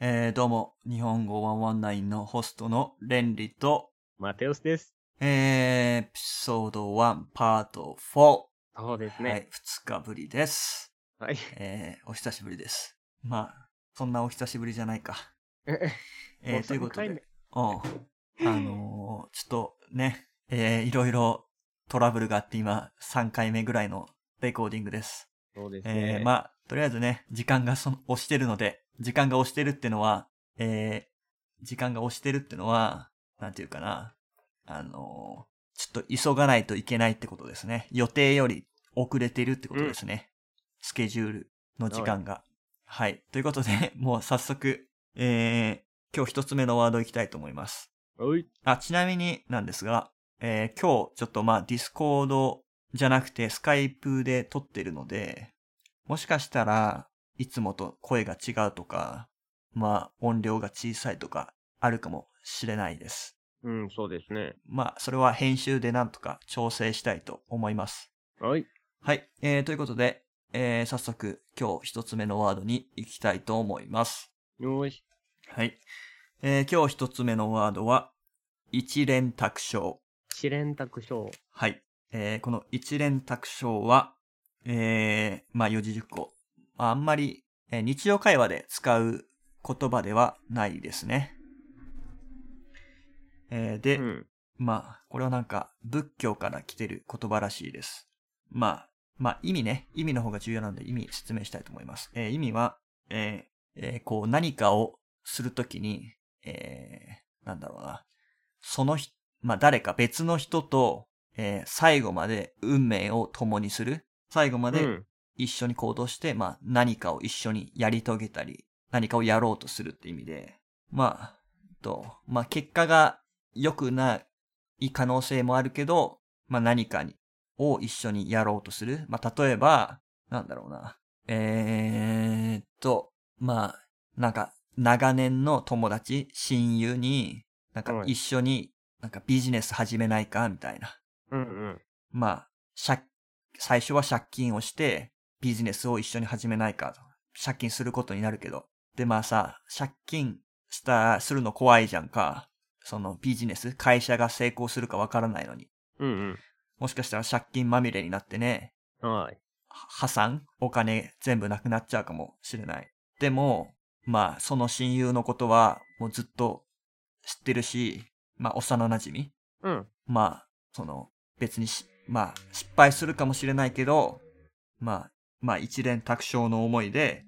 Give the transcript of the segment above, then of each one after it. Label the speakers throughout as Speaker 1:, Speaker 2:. Speaker 1: えー、どうも、日本語119のホストのレンリと、
Speaker 2: マテオスです。
Speaker 1: えー、エピソード1パート4。
Speaker 2: そうです
Speaker 1: は
Speaker 2: ね。
Speaker 1: い、2日ぶりです。
Speaker 2: はい。
Speaker 1: えー、お久しぶりです。まあ、そんなお久しぶりじゃないか。え
Speaker 2: も
Speaker 1: ー、ということで、
Speaker 2: 三
Speaker 1: うん。
Speaker 2: 回
Speaker 1: あのーちょっとね、えー、いろいろトラブルがあって今、3回目ぐらいのレコーディングです。
Speaker 2: 目そうですね。
Speaker 1: えー、まあ、とりあえずね、時間がその押してるので、時間が押してるってのは、えー、時間が押してるってのは、なんていうかな、あのーちょっと急がないといけないってことですね。予定より遅れてるってことですね。スケジュールの時間が。はい。ということで、もう早速、えー、今日一つ目のワードいきたいと思います。
Speaker 2: おい。
Speaker 1: あ、ちなみになんですが、えー今日ちょっとまあディスコードじゃなくてスカイプで撮ってるので、もしかしたらいつもと声が違うとか、まあ音量が小さいとかあるかもしれないです。
Speaker 2: うん、そうですね。
Speaker 1: まあそれは編集でなんとか調整したいと思います。
Speaker 2: はい。
Speaker 1: はい。えー、ということで、えー早速今日一つ目のワードに行きたいと思います。
Speaker 2: よーし。
Speaker 1: はい。えー今日一つ目のワードは、一連卓章。
Speaker 2: 一連卓章。
Speaker 1: はい。えーこの一連卓章は、えーまあ、四字熟語。まああんまり、えー日常会話で使う言葉ではないですね。えーで、
Speaker 2: うん。
Speaker 1: まあ、これはなんか、仏教から来てる言葉らしいです。まあ、まあ、意味ね。意味の方が重要なんで、意味説明したいと思います。えー意味は、えーえーこう、何かをするときに、えーなんだろうな。その人、まあ、誰か別の人と、えー最後まで運命を共にする。最後ま
Speaker 2: う
Speaker 1: で
Speaker 2: ん。
Speaker 1: 一緒に行動して、まあ、何かを一緒にやり遂げたり、何かをやろうとするって意味で、まあ、と、まあ、結果が良くない可能性もあるけど、まあ、何かに、を一緒にやろうとする。まあ、例えば、なんだろうな。えーっと、まあ、なんか、長年の友達、親友に、なんか
Speaker 2: はい
Speaker 1: 一緒に、なんかビジネス始めないかみたいな。
Speaker 2: うんうん。
Speaker 1: まあ、借、最初は借金をして、ビジネスを一緒に始めないかと。借金することになるけど。で、まあさ、借金した、するの怖いじゃんか。そのビジネス、会社が成功するかわからないのに。
Speaker 2: うん
Speaker 1: もしかしたら借金まみれになってね、
Speaker 2: うん。はい。
Speaker 1: は破産お金全部なくなっちゃうかもしれない。でも、まあ、その親友のことは、もうずっと知ってるし、まあ、幼馴染
Speaker 2: うん。
Speaker 1: まあ、その、別にし、まあ、失敗するかもしれないけど、まあ、まあ、一連卓章の思いで、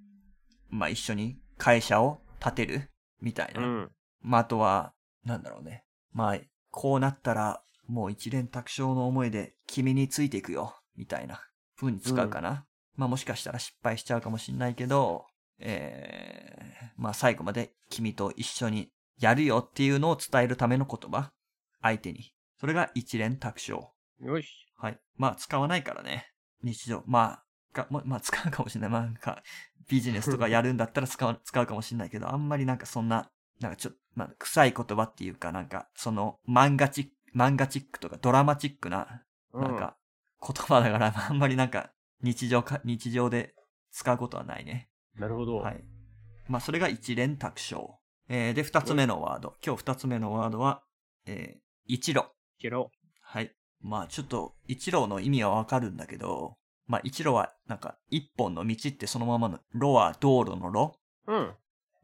Speaker 1: まあ、一緒に会社を立てる、みたいうな。
Speaker 2: ん。
Speaker 1: まあ、あとは、なんだろうね。まあ、こうなったら、もう一連卓章の思いで、君についていくよ、みたいな、風に使うかな。まあ、もしかしたら失敗しちゃうかもしれないけど、えー、まあ、最後まで君と一緒にやるよっていうのを伝えるための言葉、相手に。それが一連卓章。
Speaker 2: よし。
Speaker 1: はい。まあ、使わないからね。日常。まあ、かもまあ、 使うかもしれない。まあ、なんか、ビジネスとかやるんだったら使う、使うかもしれないけど、あんまりなんかそんな、なんかちょっと、まあ、臭い言葉っていうか、なんか、その、漫画チック、漫画チックとかドラマチックな、
Speaker 2: うん
Speaker 1: なん。か、言葉だから、まああんまりなんか、日常か、日常で使うことはないね。
Speaker 2: なるほど。
Speaker 1: はい。まあ、それが一連卓章。えー、で、二つ目のワード。今日二つ目のワードは、えー、一路。
Speaker 2: 一郎。
Speaker 1: はい。まあちょっと、一郎の意味はわかるんだけど、まあ一路はなんか一本の道ってそのままの、路は道路の路
Speaker 2: うん。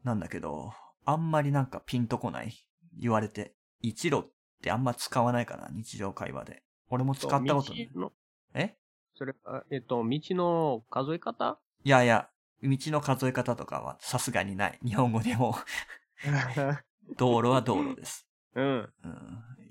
Speaker 1: なんだけど、あんまりなんかピンとこない。言われて。一路ってあんま使わないかな、日常会話で。俺も使ったことない。
Speaker 2: 道の
Speaker 1: え
Speaker 2: それは、えっと、道の数 え方
Speaker 1: いやいや、道の数え方とかはさすがにない。日本語でも、道路は道路です。
Speaker 2: うん。
Speaker 1: うん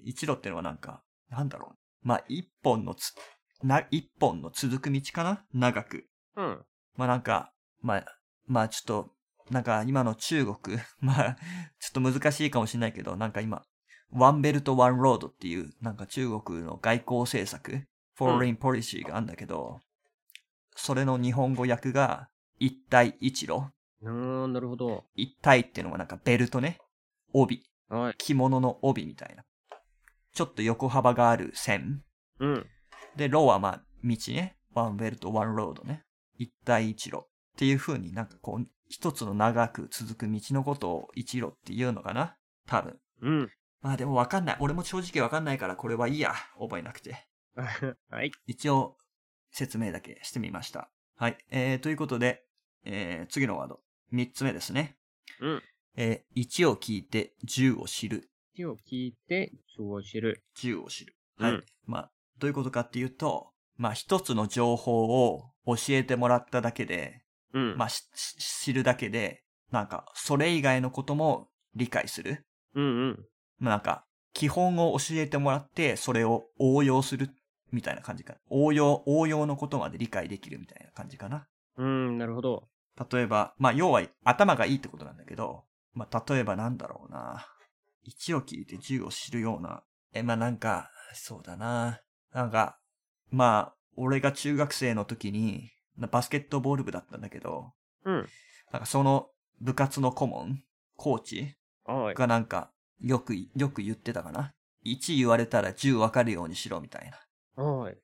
Speaker 1: 一路ってのはなんか、なんだろう。まあ、一本のつ、な、一本の続く道かな長く。
Speaker 2: うん。
Speaker 1: まあなんか、まあ、まあちょっと、なんか今の中国、 まあ、ちょっと難しいかもしれないけど、なんか今、ワンベルトワンロードっていう、なんか中国の外交政策、フォーリンポリシーがあるんだけど、それの日本語訳が、一帯一路。
Speaker 2: うーん、なるほど。
Speaker 1: 一帯っていうのはなんかベルトね。帯。
Speaker 2: はい。
Speaker 1: 着物の帯みたいな。ちょっと横幅がある線。
Speaker 2: うん。
Speaker 1: で、ローはまあ、道ね。ワンベルト、ワンロードね。一帯一路。っていう風になんかこう、一つの長く続く道のことを一路っていうのかな多分。
Speaker 2: うん。
Speaker 1: まあでもわかんない。俺も正直わかんないからこれはいいや。覚えなくて。
Speaker 2: はい。
Speaker 1: 一応、説明だけしてみました。はい。えー、ということで、えー、次のワード。三つ目ですね。
Speaker 2: うん。
Speaker 1: えー、1を聞いて10を知る。
Speaker 2: 一を聞いて、一を知る。
Speaker 1: 10を知る。はい。
Speaker 2: うん
Speaker 1: まあ、どういうことかっていうと、まあ、一つの情報を教えてもらっただけで、
Speaker 2: うん。
Speaker 1: まあ、しし知るだけで、なんか、それ以外のことも理解する。
Speaker 2: うんうん。
Speaker 1: まあ、なんか、基本を教えてもらって、それを応用する、みたいな感じか。応用、応用のことまで理解できるみたいな感じかな。
Speaker 2: うん、なるほど。
Speaker 1: 例えば、まあ、要は頭がいいってことなんだけど、まあ、例えばなんだろうな。1を聞いて10を知るような。え、まあ、なんか、そうだな。なんか、まあ、俺が中学生の時に、なバスケットボール部だったんだけど、
Speaker 2: うん。
Speaker 1: なんかその部活の顧問、コーチ
Speaker 2: はい。
Speaker 1: がなんか、よく、よく言ってたかな。1言われたら10わかるようにしろみたいな。
Speaker 2: はい。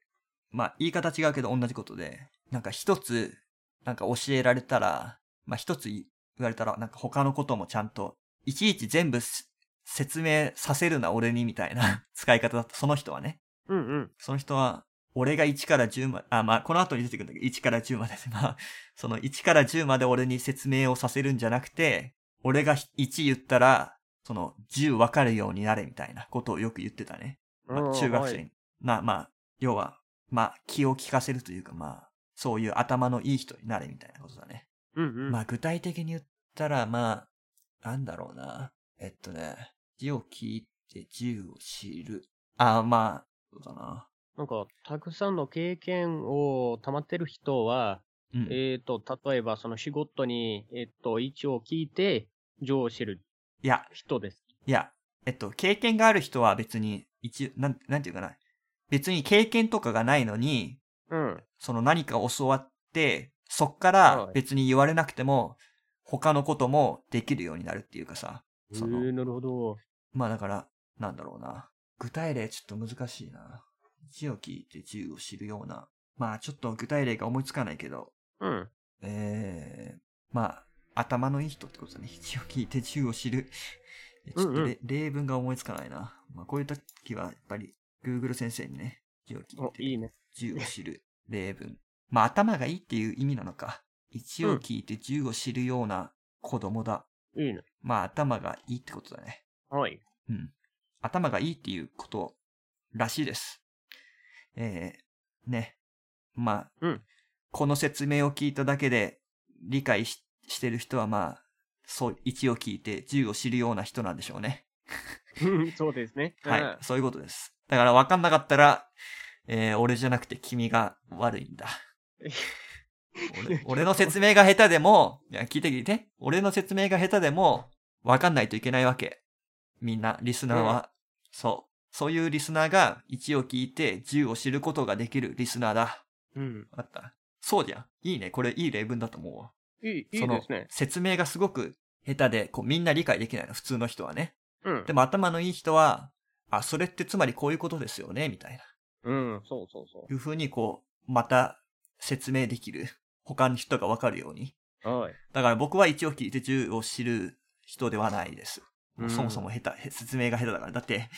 Speaker 1: まあ、言い方違うけど同じことで、なんか一つ、なんか教えられたら、まあ一つ言われたら、なんか他のこともちゃんと、いちいち全部す説明させるな、俺に、みたいな 使い方だった。その人はね。
Speaker 2: うんうん。
Speaker 1: その人は、俺が1から10まで、あ、まあ、この後に出てくるんだけど、1から10までで、まあ、 その1から10まで俺に説明をさせるんじゃなくて、俺が1言ったら、その10分かるようになれみたいなことをよく言ってたね。ま
Speaker 2: う
Speaker 1: あ、
Speaker 2: ん
Speaker 1: 中学生、
Speaker 2: はい
Speaker 1: な、まあ、要は、まあ、気を利かせるというか、まあ、そういう頭のいい人になれみたいなことだね。
Speaker 2: うんうん。
Speaker 1: まあ、具体的に言ったら、まあ、なんだろうな。えっとね、字を聞いて銃を知る。ああ、まあ、そうだな。
Speaker 2: なんか、たくさんの経験を溜まってる人は、
Speaker 1: うん。
Speaker 2: えっ、と、例えばその仕事に、えっ、と、位置を聞いて、上を知る
Speaker 1: いや、
Speaker 2: 人です。
Speaker 1: いや、えっと、経験がある人は別に、一、なん、なんていうかな。別に経験とかがないのに、
Speaker 2: うん。
Speaker 1: その何か教わって、そっから
Speaker 2: はい
Speaker 1: 別に言われなくても、他のこともできるようになるっていうかさ。
Speaker 2: え
Speaker 1: その
Speaker 2: ー、なるほど。
Speaker 1: まあだから、なんだろうな。具体例ちょっと難しいな。字を聞いて銃を知るような。まあちょっと具体例が思いつかないけど、
Speaker 2: うん。
Speaker 1: ええまあ、頭のいい人ってことだね。一応聞いて銃を知る。えちょっ
Speaker 2: うん
Speaker 1: と
Speaker 2: うん
Speaker 1: れ例文が思いつかないな。まあ、こういう時は、やっぱり、Google 先生にね、銃を聞
Speaker 2: お
Speaker 1: い、て
Speaker 2: いいね。
Speaker 1: 銃を知る例文。まあ、頭がいいっていう意味なのか。一
Speaker 2: うん
Speaker 1: 応聞いて銃を知るような子供だ。
Speaker 2: いいね。
Speaker 1: まあ、頭がいいってことだね。
Speaker 2: はい。
Speaker 1: うん。頭がいいっていうことらしいです。えー、ね。まあ、
Speaker 2: うん
Speaker 1: この説明を聞いただけで理解ししてる人はまあ、そう、1を聞いて10を知るような人なんでしょうね。
Speaker 2: そうですね。
Speaker 1: はい。そういうことです。だから分かんなかったら、えー、俺じゃなくて君が悪いんだ。 俺俺の説明が下手でも、いや、聞いて聞いて。俺の説明が下手でも、分かんないといけないわけ。みんな、リスナーは。そう。そういうリスナーが1を聞いて10を知ることができるリスナーだ。
Speaker 2: うん。
Speaker 1: あった。そうじゃん。いいね。これいい例文だと思うわ。
Speaker 2: いい、い
Speaker 1: そ
Speaker 2: い
Speaker 1: の
Speaker 2: ですね。
Speaker 1: 説明がすごく下手で、こうみんな理解できないの。普通の人はね。
Speaker 2: うん
Speaker 1: で。も頭のいい人は、あ、それってつまりこういうことですよね、みたいな。
Speaker 2: うん。そうそうそ
Speaker 1: いう風にこう、また説明できる。他の人がわかるように。
Speaker 2: う。はい。
Speaker 1: だから僕は一を聞いて10を知る人ではないです。
Speaker 2: うん
Speaker 1: そもそも下手、へ説明が下手だから。だって、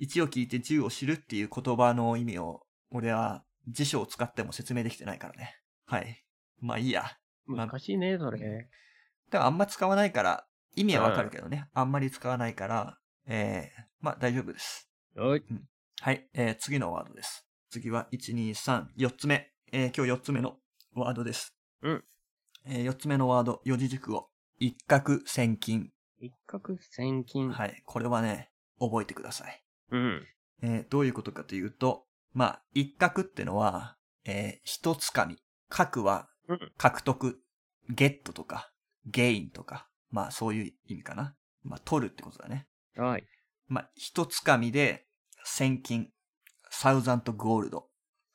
Speaker 1: 1を聞いて10を知るっていう言葉の意味を、俺は辞書を使っても説明できてないからね。はい。まあいいや。まあ
Speaker 2: 難しいね、それ。
Speaker 1: でもあんま使わないから、意味はわかるけどね。あんまり使わないから、えー、まあ大丈夫です。
Speaker 2: はい。
Speaker 1: はい、えー次のワードです。次は、1、2、3、4つ目。えー今日4つ目のワードです。
Speaker 2: うん。
Speaker 1: え4つ目のワード、四字熟語。一攫千金。
Speaker 2: 一攫千金。
Speaker 1: はい、これはね、覚えてください。
Speaker 2: うん。
Speaker 1: えーどういうことかというと、まあ、一攫ってのは、えー一つかみ。攫は
Speaker 2: うん、
Speaker 1: 獲得、ゲットとか、ゲインとか、まあ、そういう意味かな。まあ、取るってことだね。
Speaker 2: はい。
Speaker 1: まあ、一つかみで、千金、サウザントゴールド。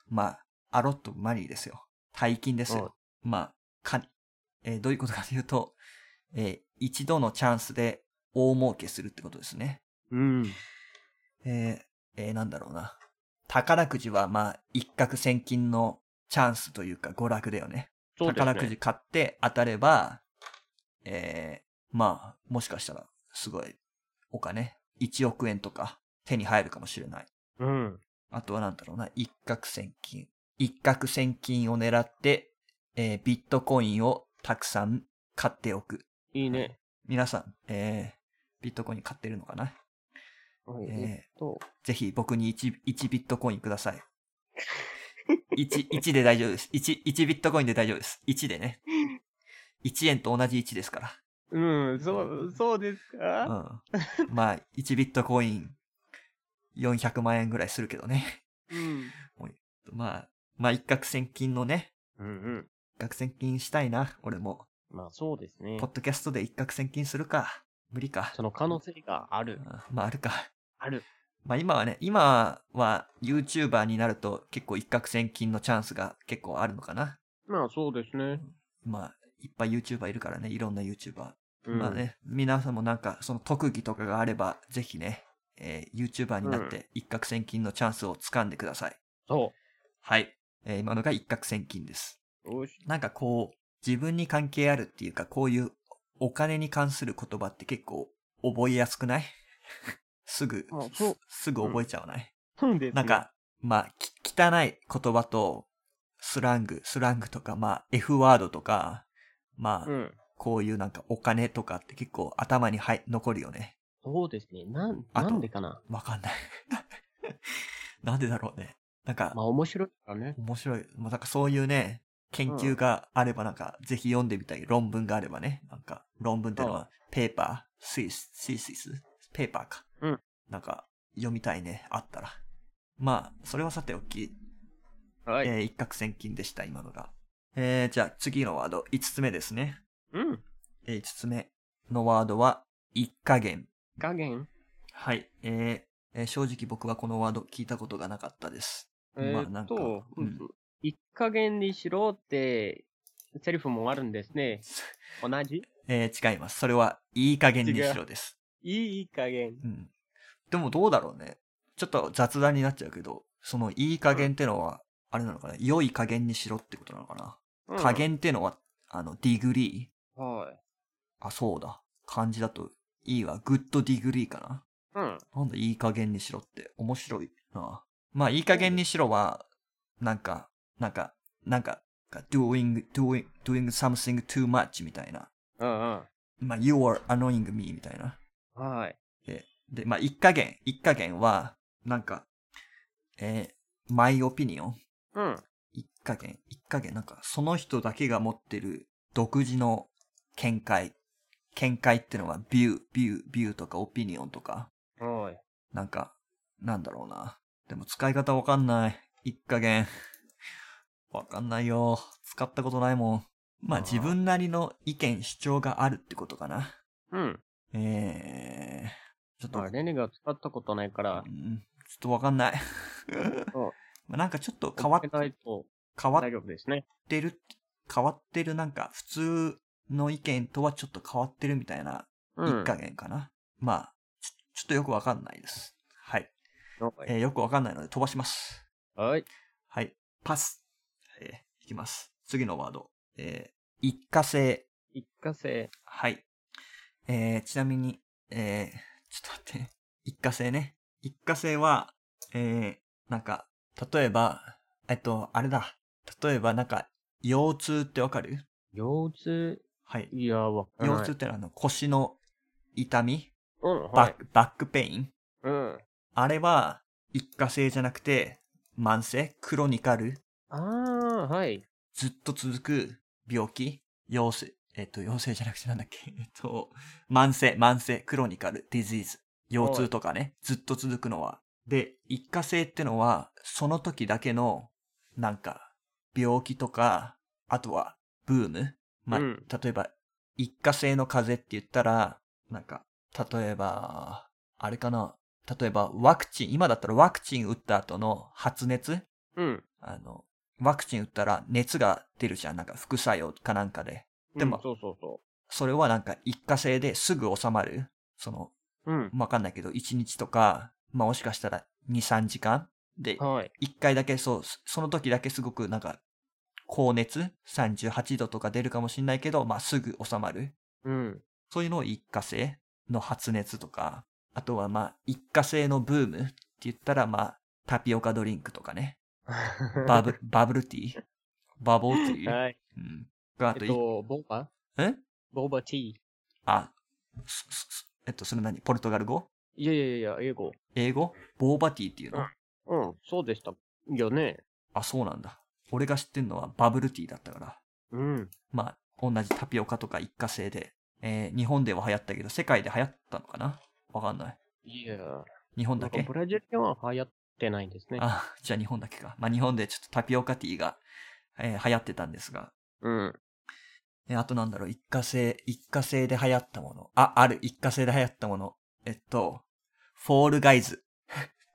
Speaker 1: まあ、アロットマニーですよ。大金ですよ。まあ、カニ。えーどういうことかというと、えー一度のチャンスで大儲けするってことですね。
Speaker 2: うん。
Speaker 1: えーえーなんだろうな。宝くじは、まあ、一攫千金のチャンスというか、娯楽だよね。
Speaker 2: そうですね。
Speaker 1: 宝くじ買って当たれば、えー、まあ、もしかしたら、すごい、お金、1億円とか手に入るかもしれない。
Speaker 2: うん。
Speaker 1: あとはなんだろうな、一攫千金。一攫千金を狙って、えービットコインをたくさん買っておく。
Speaker 2: いいね。
Speaker 1: 皆さん、えービットコイン買ってるのかな
Speaker 2: はい
Speaker 1: えー
Speaker 2: えっと、
Speaker 1: ぜひ僕に 1, 1ビットコインください。1、1で大丈夫です。1、1ビットコインで大丈夫です。1でね。1円と同じ1ですか
Speaker 2: うん、そう、そうです
Speaker 1: ら。
Speaker 2: か
Speaker 1: うん。まあ、1ビットコイン400万円ぐらいするけどね。
Speaker 2: うん。
Speaker 1: まあ、まあ一攫千金のね、
Speaker 2: うんうん。
Speaker 1: 一攫千金したいな、俺も。
Speaker 2: まあそうですね
Speaker 1: ポ。ッドキャストで一攫千金するか。無理か
Speaker 2: そ。の可能性がある。
Speaker 1: あまあ、あるか。
Speaker 2: ある。
Speaker 1: まあ今はね、今は YouTuber になると結構一攫千金のチャンスが結構あるのかな。
Speaker 2: まあそうですね。
Speaker 1: まあ、いっぱい YouTuber いるからね、いろんな YouTuber。
Speaker 2: うん、
Speaker 1: まあ。ね、皆さんもなんかその特技とかがあれば、ぜひね、えー YouTuber になっ
Speaker 2: う
Speaker 1: て一攫千金のチャンスを掴んでください。
Speaker 2: そ
Speaker 1: はい。えー今のが一攫千金です。
Speaker 2: う。よし。
Speaker 1: なんかこう、自分に関係あるっていうか、こういうお金に関する言葉って結構覚えやすくない すぐ
Speaker 2: あ、そう
Speaker 1: すぐ覚えちゃわない、
Speaker 2: そうですね
Speaker 1: なん、か、まあ、き汚い言葉と、スラング、スラングとか、まあ、F ワードとか、まあ、
Speaker 2: うん。
Speaker 1: こういうなんかお金とかって結構頭にはい残るよね。
Speaker 2: そうですね。なん、
Speaker 1: あと
Speaker 2: なんでかな。
Speaker 1: わかんない。 なんでだろうね。なんか、
Speaker 2: まあ面白いからね。
Speaker 1: 面白い。まあ、なんかそういうね、研究があればなんか、ぜひ読んでみたい論文があればね、なんか、論文っての
Speaker 2: う
Speaker 1: は、ペーパー、スイス、スイスイス、ペーパーか。
Speaker 2: うん
Speaker 1: なんか、読みたいね、あったら。まあ、それはさておき、
Speaker 2: はい。
Speaker 1: えー一攫千金でした、今のが。えー、じゃあ次のワード、5つ目ですね。
Speaker 2: うん。
Speaker 1: え5つ目のワードは、一加減。
Speaker 2: 加減。
Speaker 1: はい。えーえー正直僕はこのワード聞いたことがなかったです。 まあ
Speaker 2: え
Speaker 1: なん
Speaker 2: ーっ
Speaker 1: か
Speaker 2: と、
Speaker 1: う
Speaker 2: うんん一加減にしろって、セリフもあるんですね。同じ
Speaker 1: えー違います。それは、いい加減にしろです。
Speaker 2: いい加減。
Speaker 1: うん。でもどうだろうね。ちょっと雑談になっちゃうけど、そのいい加減ってのは、あれなのかな良い加減にしろってことなのかな、
Speaker 2: うん
Speaker 1: 加減ってのは、あの、ディグリ
Speaker 2: はい。
Speaker 1: ー。あ、そうだ。漢字だと、いいはグッドディグリーかな
Speaker 2: うん。
Speaker 1: なんだ、いい加減にしろって。面白いな。まあ、いい加減にしろは、なんか、なんか、なんか、doing, doing, doing something too much みたいな。
Speaker 2: うん
Speaker 1: まあ、you are annoying me みたいな。
Speaker 2: うん。はい。
Speaker 1: で、で、まあ、一加減、一加減は、なんか、えー、マイオピニオン。
Speaker 2: うん。
Speaker 1: 一加減、一加減、なんか、その人だけが持ってる独自の見解。見解ってのは、ビュー、ビュー、ビューとか、オピニオンとか、
Speaker 2: はい。
Speaker 1: なんか、なんだろうな。でも、使い方わかんない。一加減。 わかんないよ。使ったことないもん。まあ、
Speaker 2: あー
Speaker 1: 自分なりの意見、主張があるってことかな。
Speaker 2: うん。
Speaker 1: えー、ちょっと
Speaker 2: まあ、レネが使ったことないから
Speaker 1: う、んちょっとわかんない。
Speaker 2: そ
Speaker 1: まあなんかちょっと変わっ
Speaker 2: 覚えないと
Speaker 1: 変わっ
Speaker 2: 大丈夫ですね。
Speaker 1: てる、変わってるなんか普通の意見とはちょっと変わってるみたいな
Speaker 2: うん。
Speaker 1: 一加減かな。まあちょ、ちょっとよくわかんないです。はい、
Speaker 2: はい。
Speaker 1: えーよくわかんないので飛ばします。
Speaker 2: はい。
Speaker 1: はい。パス。えーいきます。次のワード。えー一過性。
Speaker 2: 一過性。
Speaker 1: はい。えー、ちなみに、えー、ちょっと待って。一過性ね。一過性は、えー、なんか、例えば、えっと、あれだ。例えば、なんか、腰痛ってわかる
Speaker 2: 腰痛。
Speaker 1: はい。
Speaker 2: いや、わからない。
Speaker 1: 腰痛ってのはあの腰の痛み、
Speaker 2: うん、
Speaker 1: バ
Speaker 2: は
Speaker 1: ッ
Speaker 2: い。
Speaker 1: ク、バックペイン。
Speaker 2: うん。
Speaker 1: あれは、一過性じゃなくて、慢性、クロニカル、
Speaker 2: ああ、はい。
Speaker 1: ずっと続く病気、陽性、えっと、陽性じゃなくてなんだっけ、 えっと、慢性、慢性、クロニカル、ディジーズ、腰痛とかね、ずっと続くのは。で、一過性ってのは、その時だけの、なんか、病気とか、あとは、ブーム。まあ、
Speaker 2: うん
Speaker 1: 例えば、一過性の風邪って言ったら、なんか、例えば、あれかな、例えば、ワクチン、今だったらワクチン打った後の発熱
Speaker 2: うん。
Speaker 1: あの、ワクチン打ったら熱が出るじゃん。なんか副作用かなんかで。でも
Speaker 2: うんそうそうそ
Speaker 1: それはなんか一過性ですぐ収まる。その、
Speaker 2: う。うん。
Speaker 1: わかんないけど、1日とか、まあもしかしたら2、3時間で、
Speaker 2: はい。
Speaker 1: 1回だけそう、その時だけすごくなんか、高熱 ?38 度とか出るかもしんないけど、まあすぐ収まる。
Speaker 2: うん。
Speaker 1: そういうのを一過性の発熱とか、あとはまあ一過性のブームって言ったらまあタピオカドリンクとかね、バブバブルティー、バボーティー、
Speaker 2: はい。
Speaker 1: うん、あと
Speaker 2: え
Speaker 1: い、
Speaker 2: っと、ボーバ
Speaker 1: え
Speaker 2: ボーバティー。
Speaker 1: あ、すすすえっと、それ何ポルトガル語
Speaker 2: いやいやいや、英語。
Speaker 1: 英語ボーバティーっていうの、
Speaker 2: うんうん、そうでした。よね。
Speaker 1: あ、そうなんだ。俺が知ってんのはバブルティーだったから。
Speaker 2: うん。
Speaker 1: まあ、同じタピオカとか一過性で、えー日本では流行ったけど、世界で流行ったのかなわかんない。
Speaker 2: いや、
Speaker 1: 日本
Speaker 2: な
Speaker 1: だ
Speaker 2: んか
Speaker 1: け
Speaker 2: ブラジルでは流行ってないんですね。
Speaker 1: あ、じゃあ日本だけか。まあ日本でちょっとタピオカティーが、えー流行ってたんですが。
Speaker 2: うん。
Speaker 1: えあとなんだろう、一過性、一過性で流行ったもの。あ、ある、一過性で流行ったもの。えっと、フォールガイズ。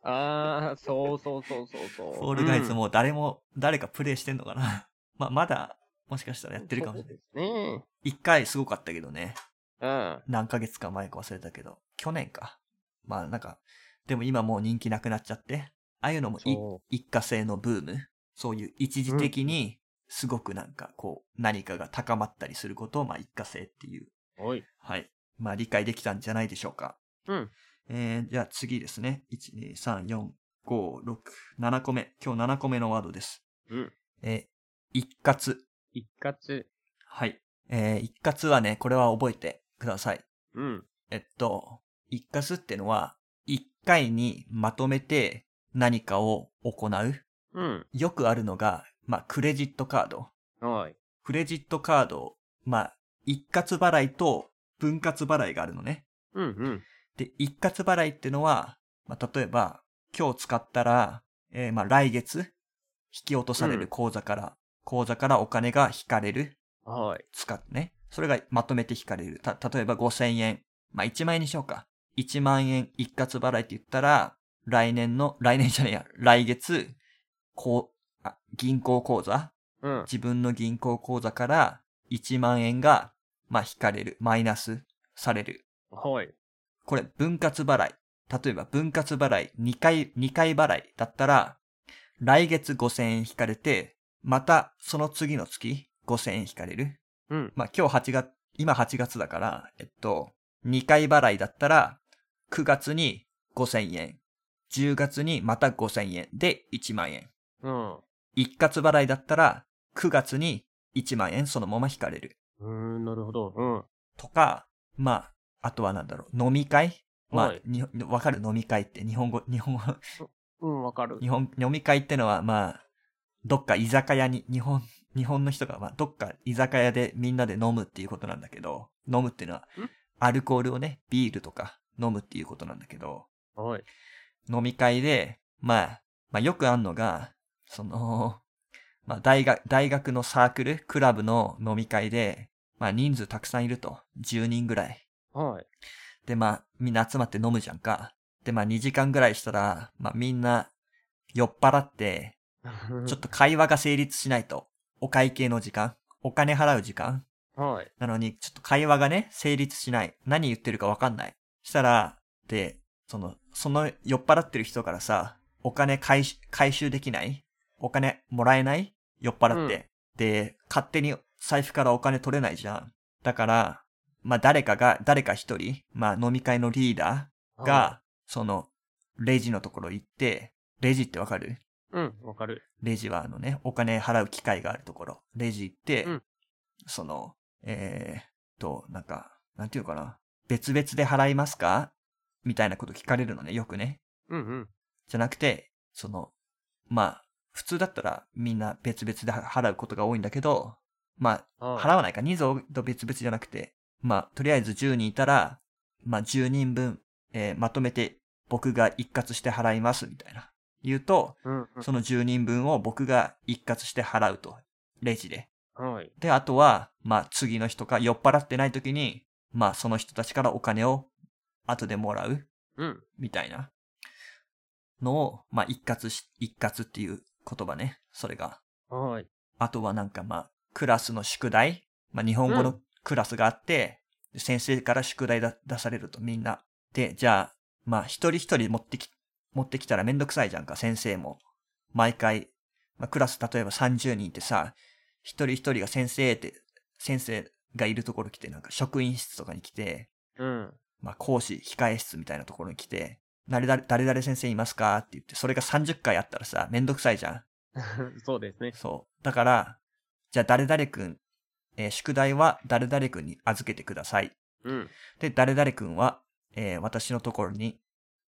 Speaker 2: ああ、そうそうそうそうそう。
Speaker 1: フォールガイズもう誰も、誰かプレイしてんのかな まあまだ、もしかしたらやってるかもしれない。
Speaker 2: うん。ね
Speaker 1: 一回すごかったけどね。
Speaker 2: え。うん。
Speaker 1: 何ヶ月か前か忘れたけど。去年か。まあなんか、でも今もう人気なくなっちゃって。ああいうのもい
Speaker 2: そ
Speaker 1: 一過性のブーム。そういう一時的に、すごくなんかこう、何かが高まったりすることを、まあ一過性っていう。
Speaker 2: う。おい。
Speaker 1: はい。まあ理解できたんじゃないでしょうか。
Speaker 2: うん。
Speaker 1: えー、じゃあ次ですね。1、2、3、4、5、6、7個目。今日7個目のワードです。
Speaker 2: うん。
Speaker 1: えー一括。
Speaker 2: 一括。
Speaker 1: はい。えー一括はね、これは覚えてください。
Speaker 2: うん。
Speaker 1: えっと、一括ってのは、一回にまとめて何かを行う。
Speaker 2: うん。
Speaker 1: よくあるのが、まあ、クレジットカード。
Speaker 2: おい。
Speaker 1: クレジットカードを、まあ、一括払いと分割払いがあるのね。
Speaker 2: うんうん。
Speaker 1: で、一括払いってのは、まあ、例えば、今日使ったら、えーまあ、来月、引き落とされ
Speaker 2: うん
Speaker 1: る口座から、口座からお金が引かれる。
Speaker 2: はい。
Speaker 1: 使ってね。それがまとめて引かれる。た、例えば5000円。まあ、1万円にしようか。1万円一括払いって言ったら、来年の、 来年じゃねえや、来月、こう、あ、銀行口座
Speaker 2: うん。
Speaker 1: 自分の銀行口座から1万円が、まあ、引かれる。マイナスされる。
Speaker 2: はい。
Speaker 1: これ、分割払い。例えば、分割払い、2回、2回払いだったら、来月5000円引かれて、また、その次の月、5000円引かれる。
Speaker 2: うん。
Speaker 1: まあ、今日8月、今8月だから、えっと、2回払いだったら、9月に5000円、10月にまた5000円で1万円。
Speaker 2: うん。
Speaker 1: 一括払いだったら、9月に1万円そのまま引かれる。
Speaker 2: うーん、なるほど。うん。
Speaker 1: とか、まあ、あとはなんだろう、飲み会まあ
Speaker 2: はい、
Speaker 1: にわかる飲み会って、日本語、日本語、
Speaker 2: うん、わかる。
Speaker 1: 日本、飲み会ってのは、まあ、どっか居酒屋に、日本、日本の人が、まあ、どっか居酒屋でみんなで飲むっていうことなんだけど、飲むっていうのは
Speaker 2: ん、
Speaker 1: アルコールをね、ビールとか飲むっていうことなんだけど、
Speaker 2: はい。
Speaker 1: 飲み会で、まあ、まあよくあんのが、その、まあ大学、大学のサークル、クラブの飲み会で、まあ人数たくさんいると、10人ぐらい。
Speaker 2: はい。
Speaker 1: で、まあ、みんな集まって飲むじゃんか。で、まあ、2時間ぐらいしたら、まあ、みんな、酔っ払って、ちょっと会話が成立しないと。お会計の時間お金払う時間
Speaker 2: はい。
Speaker 1: なのに、ちょっと会話がね、成立しない。何言ってるかわかんない。したら、で、その、その酔っ払ってる人からさ、お金回収、回収できないお金もらえない酔っ払って、で、勝手に財布からお金取れないじゃん。だから、まあ、誰かが、誰か一人、まあ、飲み会のリーダーが、
Speaker 2: は
Speaker 1: その、レジのところ行って、レジってわかる
Speaker 2: い、うん、わかる。
Speaker 1: レジはあのね、お金払う機会があるところ、レジ行って、
Speaker 2: うん
Speaker 1: その、えー、っと、なんか、なんていうのかな、別々で払いますかみたいなこと聞かれるのね、よくね。
Speaker 2: うんうん。
Speaker 1: じゃなくて、その、まあ、普通だったらみんな別々で払うことが多いんだけど、まあ、
Speaker 2: はい。
Speaker 1: 払わないか、人数と別々じゃなくて、まあ、とりあえず10人いたら、まあ、10人分、えーまとめて僕が一括して払います、みたいな。言うと、
Speaker 2: うんうん
Speaker 1: その10人分を僕が一括して払うと。レジで。
Speaker 2: はい。
Speaker 1: で、あとは、まあ次の人か酔っ払ってない時に、まあその人たちからお金を後でもらう、
Speaker 2: うん。
Speaker 1: みたいなのを、まあ一括し、一括っていう言葉ね。それが。
Speaker 2: はい。
Speaker 1: あとはなんかまあ、クラスの宿題。まあ日本語
Speaker 2: う
Speaker 1: のクラスがあって、で先生から宿題だ出されるとみんな。で、じゃあ、まあ一人一人持ってき、持ってきたらめんどくさいじゃんか、先生も。毎回、まあクラス例えば30人ってさ、一人一人が先生って、先生がいるところ来て、なんか職員室とかに来て、
Speaker 2: うん。
Speaker 1: まあ、講師控え室みたいなところに来て、誰々誰々先生いますかって言って、それが30回あったらさ、めんどくさいじゃん。
Speaker 2: そうですね。
Speaker 1: そう。だから、じゃあ誰々くん、えー宿題は誰々くんに預けてください。
Speaker 2: うん。
Speaker 1: で、誰々くんは、えー私のところに、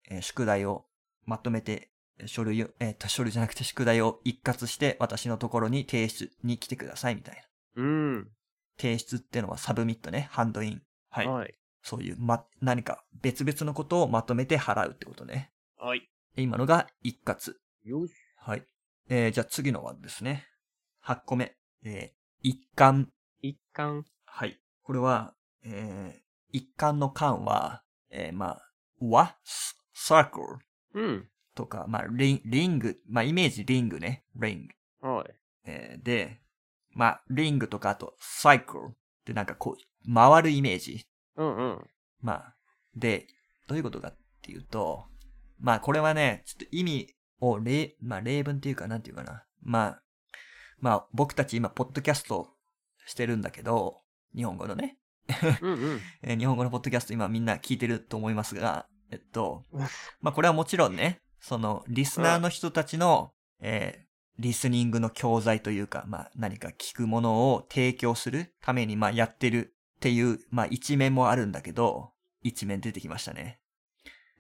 Speaker 1: えー宿題をまとめて、えー書類を、えーと書類じゃなくて宿題を一括して私のところに提出に来てくださいみたいな。
Speaker 2: うん。
Speaker 1: 提出ってのはサブミットね、ハンドイン。はい。
Speaker 2: はい。
Speaker 1: そういう、ま、何か別々のことをまとめて払うってことね。
Speaker 2: はい。
Speaker 1: で今のが一括。
Speaker 2: よし。
Speaker 1: はい。えー、じゃあ次のはですね。8個目。えー、一貫。
Speaker 2: 一貫。
Speaker 1: はい。これは、えー、一貫の貫は、えー、まあ、和、s- circle
Speaker 2: うん。
Speaker 1: とか、まあ、リンリング、まあ、イメージリングね。リング。
Speaker 2: はい。
Speaker 1: えー、で、まあ、リングとか、あと、サイクルってなんかこう、回るイメージ。
Speaker 2: うんうん。
Speaker 1: まあ、で、どういうことかっていうと、まあこれはね、ちょっと意味を例、まあ例文っていうかなんていうかな。まあ、まあ僕たち今、ポッドキャストしてるんだけど、日本語のね、
Speaker 2: うん
Speaker 1: えー日本語のポッドキャスト今みんな聞いてると思いますが、えっと
Speaker 2: うん、
Speaker 1: まあこれはもちろんね、そのリスナーの人たちの、えーリスニングの教材というか、まあ何か聞くものを提供するためにまあやってるっていう、まあ一面もあるんだけど、一面出てきましたね。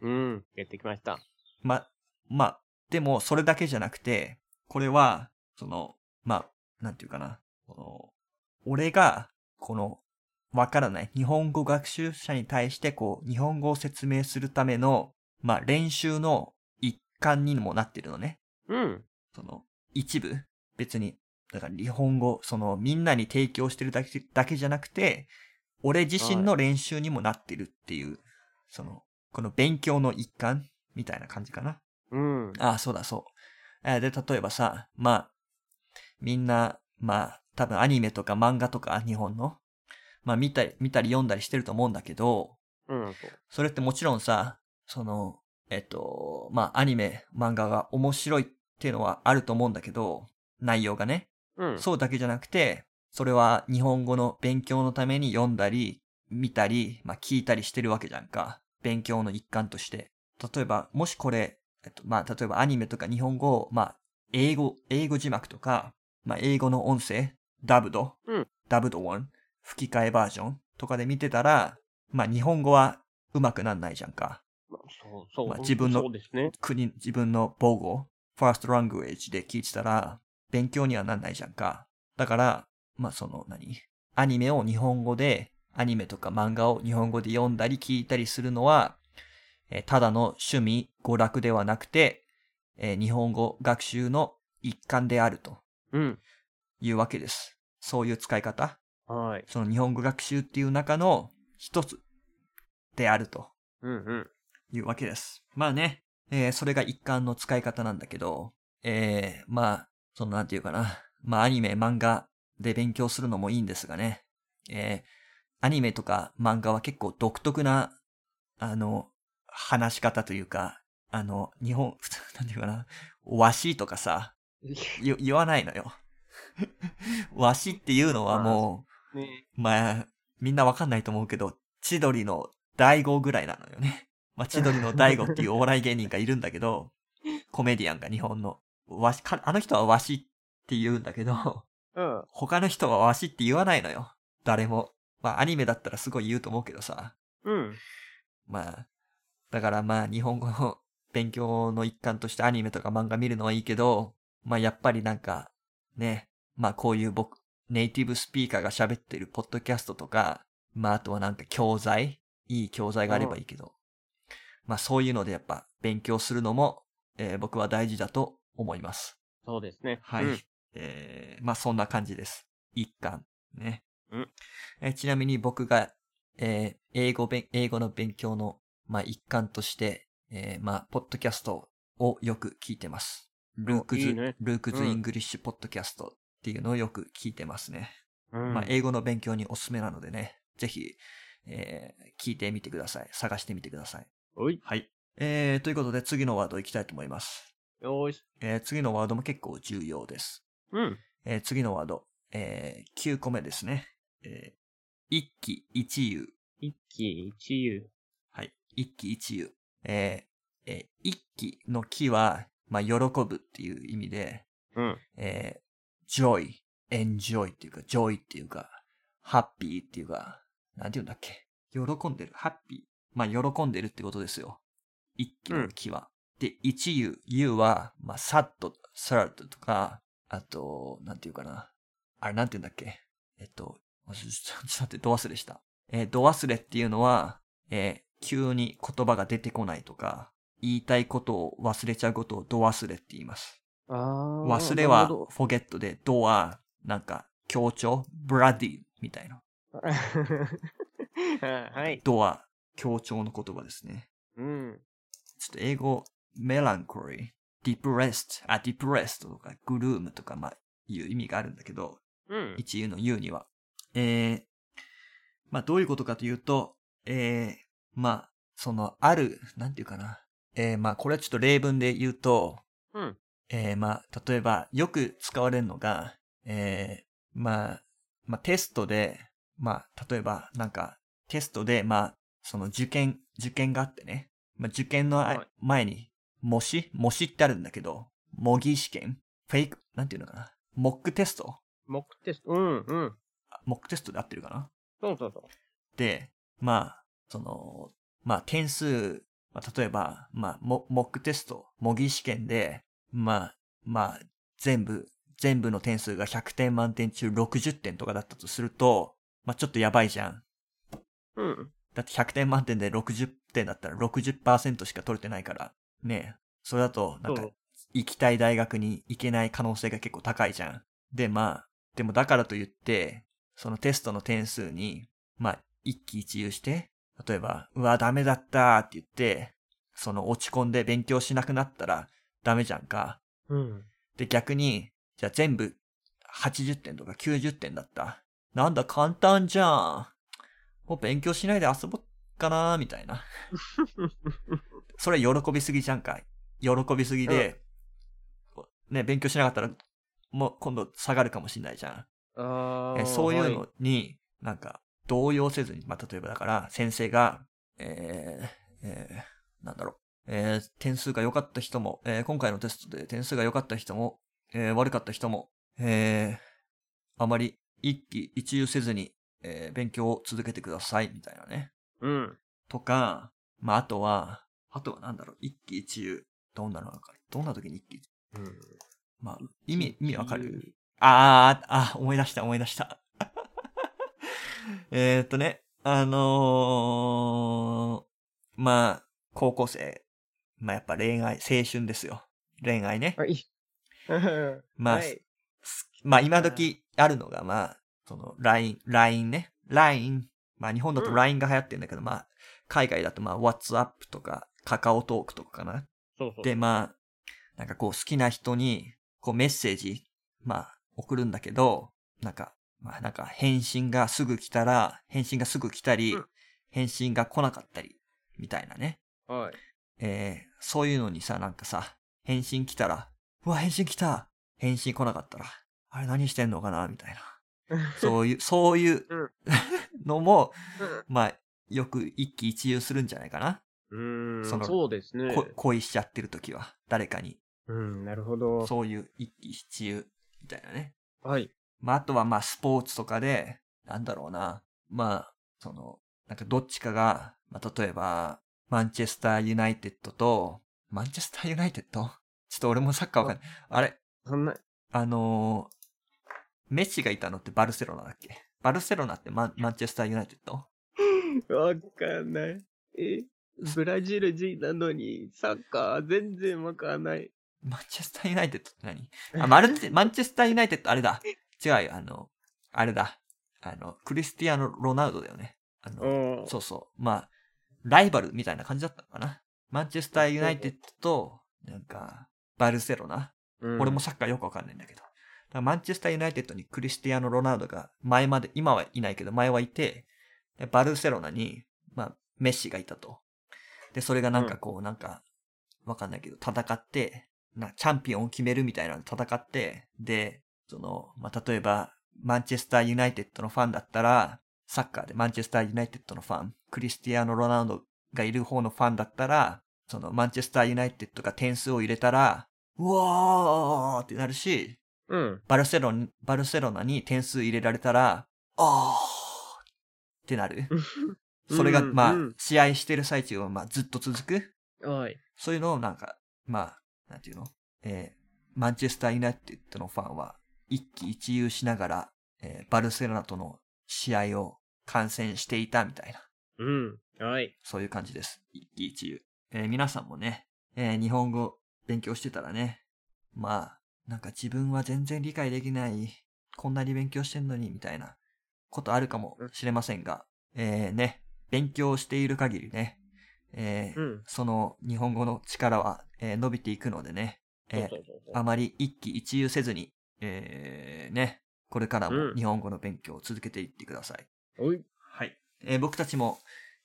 Speaker 2: うん。うん。やってきました。
Speaker 1: ま、まあ、でもそれだけじゃなくて、これは、その、まあ、なんていうかな、この、俺が、この、わからない、日本語学習者に対して、こう、日本語を説明するための、まあ、練習の一環にもなってるのね。
Speaker 2: うん。
Speaker 1: その、一部別に、だから日本語、その、みんなに提供してるだけだけじゃなくて、俺自身の練習にもなってるっていう、その、この勉強の一環みたいな感じかな。
Speaker 2: うん。
Speaker 1: ああ、そうだ、そう。えーで、例えばさ、まあ、みんな、まあ、多分アニメとか漫画とか、日本の、まあ、見たり、見たり読んだりしてると思うんだけど、
Speaker 2: うん。
Speaker 1: それってもちろんさ、その、えっと、まあ、アニメ、漫画が面白いっていうのはあると思うんだけど、内容がね。
Speaker 2: うん。
Speaker 1: そうだけじゃなくて、それは日本語の勉強のために読んだり、見たり、まあ、聞いたりしてるわけじゃんか。勉強の一環として。例えば、もしこれ、えっと、まあ、例えばアニメとか日本語を、まあ、英語、英語字幕とか、まあ、英語の音声、ダブド、
Speaker 2: うん
Speaker 1: ダブドワン、吹き替えバージョンとかで見てたら、まあ、日本語は上手くなんないじゃんか。
Speaker 2: まあそう、そう、
Speaker 1: まあ自分の
Speaker 2: そうですね。
Speaker 1: 国、自分の母語、ファーストラングエージで聞いてたら、勉強にはなんないじゃんか。だから、まあその何、アニメを日本語で、アニメとか漫画を日本語で読んだり聞いたりするのは、えーただの趣味、娯楽ではなくて、えー日本語学習の一環であると
Speaker 2: うん。
Speaker 1: いうわけです。そういう使い方
Speaker 2: はい。
Speaker 1: その日本語学習っていう中の一つであると
Speaker 2: うんうん。
Speaker 1: いうわけです。まあね、えーそれが一貫の使い方なんだけど、えーまあ、そのなんていうかな、まあアニメ、漫画で勉強するのもいいんですがね、えーアニメとか漫画は結構独特な、あの、話し方というか、あの、日本、 普通なんていうかな、わしとかさ、言言わないのよ。わしっていうのはも
Speaker 2: ね
Speaker 1: う、まあ、みんなわかんないと思うけど、千鳥の大悟ぐらいなのよね。まあ、千鳥の大悟っていうお笑い芸人がいるんだけど、コメディアンが日本の。わし、かあの人はわしって言うんだけど、
Speaker 2: うん。
Speaker 1: 他の人はわしって言わないのよ。誰も。まあ、アニメだったらすごい言うと思うけどさ。
Speaker 2: うん。
Speaker 1: まあ、だからまあ、日本語の勉強の一環としてアニメとか漫画見るのはいいけど、まあ、やっぱりなんか、ね、まあ、こういう僕、ネイティブスピーカーが喋ってるポッドキャストとか、まあ、あとはなんか教材、いい教材があればいいけど、まあ、そういうのでやっぱ勉強するのも、えー僕は大事だと思います。
Speaker 2: そうですね。
Speaker 1: はい。
Speaker 2: うん
Speaker 1: えーまあそんな感じです。一巻。ね。
Speaker 2: うん
Speaker 1: えーちなみに僕が、えー英語勉、英語の勉強の、まあ一環として、えーまあ、ポッドキャストをよく聞いてます。ルークズ、
Speaker 2: いいね
Speaker 1: ルークズ
Speaker 2: うん
Speaker 1: イングリッシュポッドキャストっていうのをよく聞いてますね。
Speaker 2: うん
Speaker 1: まあ英語の勉強におすすめなのでね、ぜひ、えー聞いてみてください。探してみてください。
Speaker 2: おい。
Speaker 1: はい。えー、ということで次のワードいきたいと思います。
Speaker 2: よーし。
Speaker 1: えー次のワードも結構重要です。
Speaker 2: うん。
Speaker 1: えー次のワード、えー9個目ですね。え一喜一憂。
Speaker 2: 一喜一憂。
Speaker 1: はい。一喜一憂。えーえー一喜の喜は、まあ、喜ぶっていう意味で、
Speaker 2: うん。
Speaker 1: えー、joy, enjoy っていうか、joy っていうか、happy っていうか、なんて言うんだっけ。喜んでる、happy。まあ、喜んでるってことですよ。一喜の喜は。で、一憂、憂は、まあ、sad, sad とか、あと、なんて言うかな。あれ、なんて言うんだっけ。えっと、ちょちょちょっと待って、ど忘れした。えー、ど忘れっていうのは、えー急に言葉が出てこないとか、言いたいことを忘れちゃうことをど忘れって言います。
Speaker 2: ああ。
Speaker 1: 忘れはフォゲットで、ドはなんか強調、ブラディみたいな。
Speaker 2: はい。
Speaker 1: ドは強調の言葉ですね。
Speaker 2: うん。
Speaker 1: ちょっと英語、メランコリー、ディプレスト、あ、ディプレストとか、グルームとか、まあ、いう意味があるんだけど、
Speaker 2: うん。
Speaker 1: 一言の言うには。えー、まあ、どういうことかというと、えー、まあ、その、ある、なんていうかな。えー、まあ、これはちょっと例文で言うと、
Speaker 2: うん。
Speaker 1: えー、まあ、例えば、よく使われるのが、えー、まあ、まあ、テストで、まあ、例えば、なんか、テストで、まあ、その受験、受験があってね。まあ、受験のあ
Speaker 2: はい
Speaker 1: 前に、模試模試ってあるんだけど、模擬試験フェイクなんていうのかなモックテスト
Speaker 2: 目テスト。うんうん。
Speaker 1: あモックテストで合ってるかな
Speaker 2: そうそうそ
Speaker 1: で、まあ、その、まあ、点数、まあ、例えば、まあ、モモックテスト、模擬試験で、まあ、まあ、全部、全部の点数が100点満点中60点とかだったとすると、まあ、ちょっとやばいじゃん。
Speaker 2: う。うん。
Speaker 1: だって100点満点で60点だったら60%しか取れてないから、ねえ。それだと、なんか
Speaker 2: そう、
Speaker 1: 行きたい大学に行けない可能性が結構高いじゃん。で、まあ、でもだからといって、そのテストの点数に、まあ、一喜一憂して、例えば、うわ、ダメだったって言って、その落ち込んで勉強しなくなったらダメじゃんか。
Speaker 2: うん。
Speaker 1: で、逆に、じゃあ全部80点とか90点だった。なんだ簡単じゃん。もう勉強しないで遊ぼっかなみたいな。それ喜びすぎじゃんかい。喜びすぎで、ね、勉強しなかったら、もう今度下がるかもしれないじゃん。
Speaker 2: あ
Speaker 1: え
Speaker 2: あ。
Speaker 1: そういう
Speaker 2: は
Speaker 1: のに、なんか、動揺せずに、まあ、例えばだから、先生が、えーえーなんだろう、えー点数が良かった人も、えー今回のテストで点数が良かった人も、えー悪かった人も、えーあまり一喜一憂せずに、えー勉強を続けてください、みたいなね。
Speaker 2: うん。
Speaker 1: とか、まあ、あとは、あとはなんだろう、一喜一憂。どんなのがわかるどんな時に一喜一憂
Speaker 2: うん。
Speaker 1: まあ、意味、意味わかるあー、あ、思い出した、思い出した。 えーっとね、あのー、まあ、高校生。まあやっぱ恋愛、青春ですよ。恋愛ね。
Speaker 2: はい。
Speaker 1: まあ、
Speaker 2: はい。
Speaker 1: すまあ今時あるのが、まあ、その LINE、LINE ね。LINE。まあ日本だと
Speaker 2: うん
Speaker 1: LINE が流行ってるんだけど、まあ、海外だとまあ WhatsApp とか、カカオトークとかかな。
Speaker 2: そうそう。
Speaker 1: で、まあ、なんかこう好きな人に、こうメッセージ、まあ、送るんだけど、なんか、まあなんか返信がすぐ来たら、返信がすぐ来たり
Speaker 2: うん、
Speaker 1: 返信が来なかったり、みたいなね。
Speaker 2: はい。
Speaker 1: えー、そういうのにさ、なんかさ、返信来たら、うわ、返信来た返信来なかったら、あれ何してんのかなみたいな。 そういう、そういう
Speaker 2: うん
Speaker 1: のも、まあ、よく一喜一憂するんじゃないかな、
Speaker 2: うん。
Speaker 1: その
Speaker 2: そうですね。
Speaker 1: こ恋しちゃってる時は、誰かに。
Speaker 2: うん、なるほど。
Speaker 1: そういう一喜一憂みたいなね。
Speaker 2: はい。
Speaker 1: まあ、あとはまあスポーツとかで、なんだろうな。まあ、その、なんかどっちかが、まあ例えば、マンチェスターユナイテッドと、マンチェスターユナイテッド ちょっと俺もサッカーわかんない。あれ
Speaker 2: そんな、
Speaker 1: あのーメッシがいたのってバルセロナだっけバルセロナってマンマンチェスターユナイテッド
Speaker 2: わかんない。え、ブラジル人なのに、サッカー全然わかんない。
Speaker 1: マンチェスターユナイテッドって何あ、マルチ、マンチェスターユナイテッドあれだ。違うよ、あの、あれだ。あの、クリスティアーノ・ロナウドだよね。あの、
Speaker 2: うん。
Speaker 1: そうそう。まあ、ライバルみたいな感じだったのかな。マンチェスターユナイテッドと、なんか、バルセロナ。
Speaker 2: うん
Speaker 1: 俺もサッカーよくわかんないんだけど。だからマンチェスターユナイテッドにクリスティアーノ・ロナウドが前まで、今はいないけど前はいて、でバルセロナに、まあ、メッシがいたと。で、それがなんかこう、なんか、わかんないけど、戦って、な、チャンピオンを決めるみたいなの戦って、で、その、まあ、例えば、マンチェスターユナイテッドのファンだったら、サッカーでマンチェスターユナイテッドのファン、クリスティアーノ・ロナウドがいる方のファンだったら、そのマンチェスターユナイテッドが点数を入れたら、うわーってなるし、
Speaker 2: うん。
Speaker 1: バルセロンバルセロナに点数入れられたら、あーってなる。それが、
Speaker 2: うん
Speaker 1: まあ
Speaker 2: うん、
Speaker 1: 試合してる最中は、まあ、ずっと続く。
Speaker 2: おい。
Speaker 1: そういうのを、なんか、まあ、なんていうのえーマンチェスター・ユナイテッドのファンは、一喜一憂しながら、えーバルセロナとの試合を観戦していたみたいな、
Speaker 2: うん。おい。
Speaker 1: そういう感じです。一喜一憂。えー皆さんもね、えー日本語勉強してたらね、まあ、なんか自分は全然理解できない、こんなに勉強してんのに、みたいなことあるかもしれませんが、えーね、勉強している限りね、えー
Speaker 2: うん。
Speaker 1: その日本語の力は、えー伸びていくのでね、えー
Speaker 2: そうそうそうそ
Speaker 1: あまり一喜一憂せずに、えーね、これから
Speaker 2: う
Speaker 1: も
Speaker 2: ん
Speaker 1: 日本語の勉強を続けていってください。
Speaker 2: うおい。
Speaker 1: はい。えー僕たちも、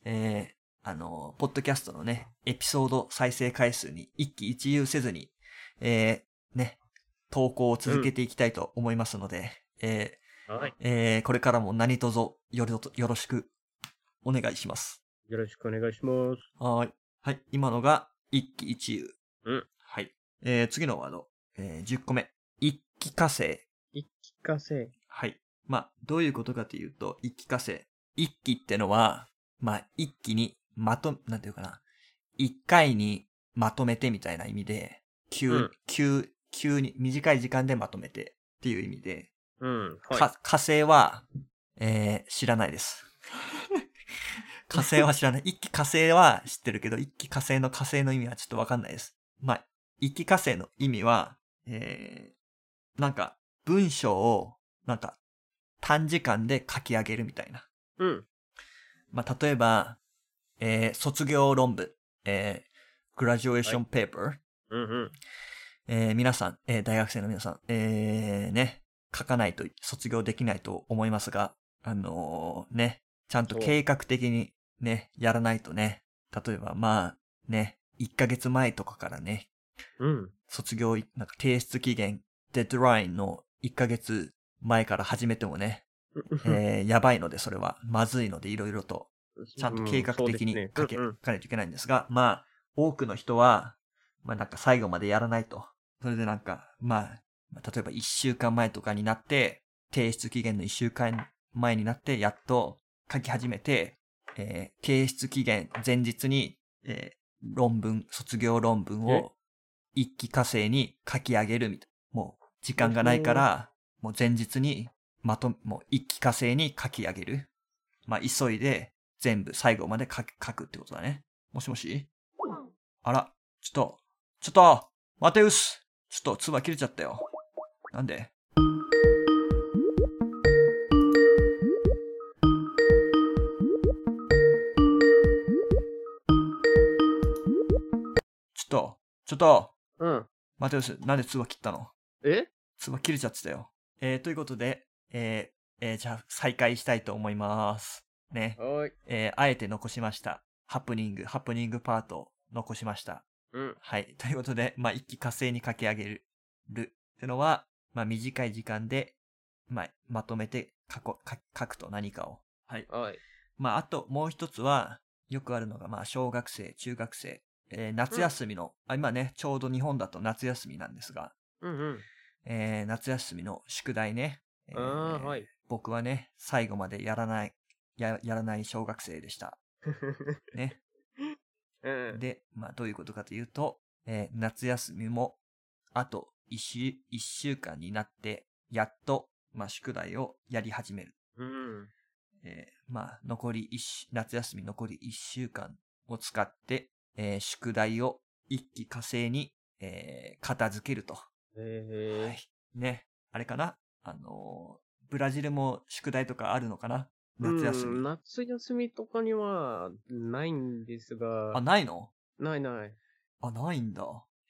Speaker 1: えーあの、ポッドキャストのね、エピソード再生回数に一喜一憂せずに、えーね、投稿を続けていきたいと思いますので、え
Speaker 2: はい。
Speaker 1: ーえーこれからも何卒よろとよろしくお願いします。
Speaker 2: よろしくお願いします。
Speaker 1: はーい。はい。今のが、一喜一憂。
Speaker 2: うん。
Speaker 1: はい。えー、次のワード。えー、10個目。一気化成。
Speaker 2: 聞かせ。
Speaker 1: はい。まあ、どういうことかというと、一気化成。一気ってのは、まあ、一気に、まと、なんていうかな。一回にまとめてみたいな意味で、急、
Speaker 2: うん
Speaker 1: 急、急に、短い時間でまとめてっていう意味で、
Speaker 2: うん。は
Speaker 1: か火星は、えー、知らないです。火星は知らない。一気火星は知ってるけど、一気火星の火星の意味はちょっとわかんないです。まあ、一気火星の意味は、えー、なんか、文章を、なんか、短時間で書き上げるみたいな。
Speaker 2: い。うん。
Speaker 1: まあ、例えば、えー、卒業論文、えー、グラジュエーションペーパー、
Speaker 2: うんうん。
Speaker 1: えー皆さん、えー大学生の皆さん、えーね、書かないと卒業できないと思いますが、あのーね、ちゃんと
Speaker 2: そう
Speaker 1: 計画的にね、やらないとね、例えばまあ、ね、1ヶ月前とかからね、
Speaker 2: うん。
Speaker 1: 卒業、なんか提出期限、デッドラインの1ヶ月前から始めてもね、えーやばいのでそれは、まずいのでいろいろとちゃんと計画的に書け、
Speaker 2: うんそうですね
Speaker 1: 書かないといけないんですが、まあ、多くの人は、まあなんか最後までやらないと。それでなんか、まあ、まあ例えば1週間前とかになって、提出期限の1週間前になって、やっと書き始めて、えー提出期限前日に、えー論文、卒業論文を一気化成に書き上げるみたいな。もう、時間がないから、もう前日に、まと、もう一気化成に書き上げる。まあ、急いで、全部最後まで書く書くってことだね。もしもしあら、ちょっと、ちょっと、マテウスちょっと、唾切れちゃったよ。なんでちょっと、ちょっと、
Speaker 2: うんうん。
Speaker 1: マテウス、なんで唾切ったの
Speaker 2: え
Speaker 1: 唾切れちゃってたよ。えー、ということで、えー、えーじゃあ、再開したいと思います。ね。
Speaker 2: はい。
Speaker 1: えーあえて残しました。ハプニング、ハプニングパートを残しました。
Speaker 2: うん。
Speaker 1: はい。 ということで、まあ、一気火星に駆け上げる。る。ってのは、まあ、短い時間で、まあ、まとめて書こ書書くと何かを。はい。
Speaker 2: はい。
Speaker 1: まあ、あともう一つは、よくあるのが、まあ、小学生、中学生、えー夏休みの、あ今ね、ちょうど日本だと夏休みなんですが、
Speaker 2: うんうん。
Speaker 1: えー夏休みの宿題ね。えー
Speaker 2: ああ、 はい。
Speaker 1: 僕はね、最後までやらない、ややらない小学生でした。ね。
Speaker 2: うん。
Speaker 1: で、まあ、どういうことかというと、えー夏休みも、あと一週、一週間になって、やっと、まあ、宿題をやり始める。
Speaker 2: うん。
Speaker 1: えーまあ、残り一週、夏休み残り一週間を使って、えー宿題を一気火星に、えー片付けると。は
Speaker 2: え
Speaker 1: い。ね。あれかなあのーブラジルも宿題とかあるのかな
Speaker 2: ー
Speaker 1: 夏休
Speaker 2: うん
Speaker 1: み。
Speaker 2: 夏休みとかにはないんです
Speaker 1: あ、
Speaker 2: が、
Speaker 1: ないの
Speaker 2: ないない。
Speaker 1: あ、ないんだ。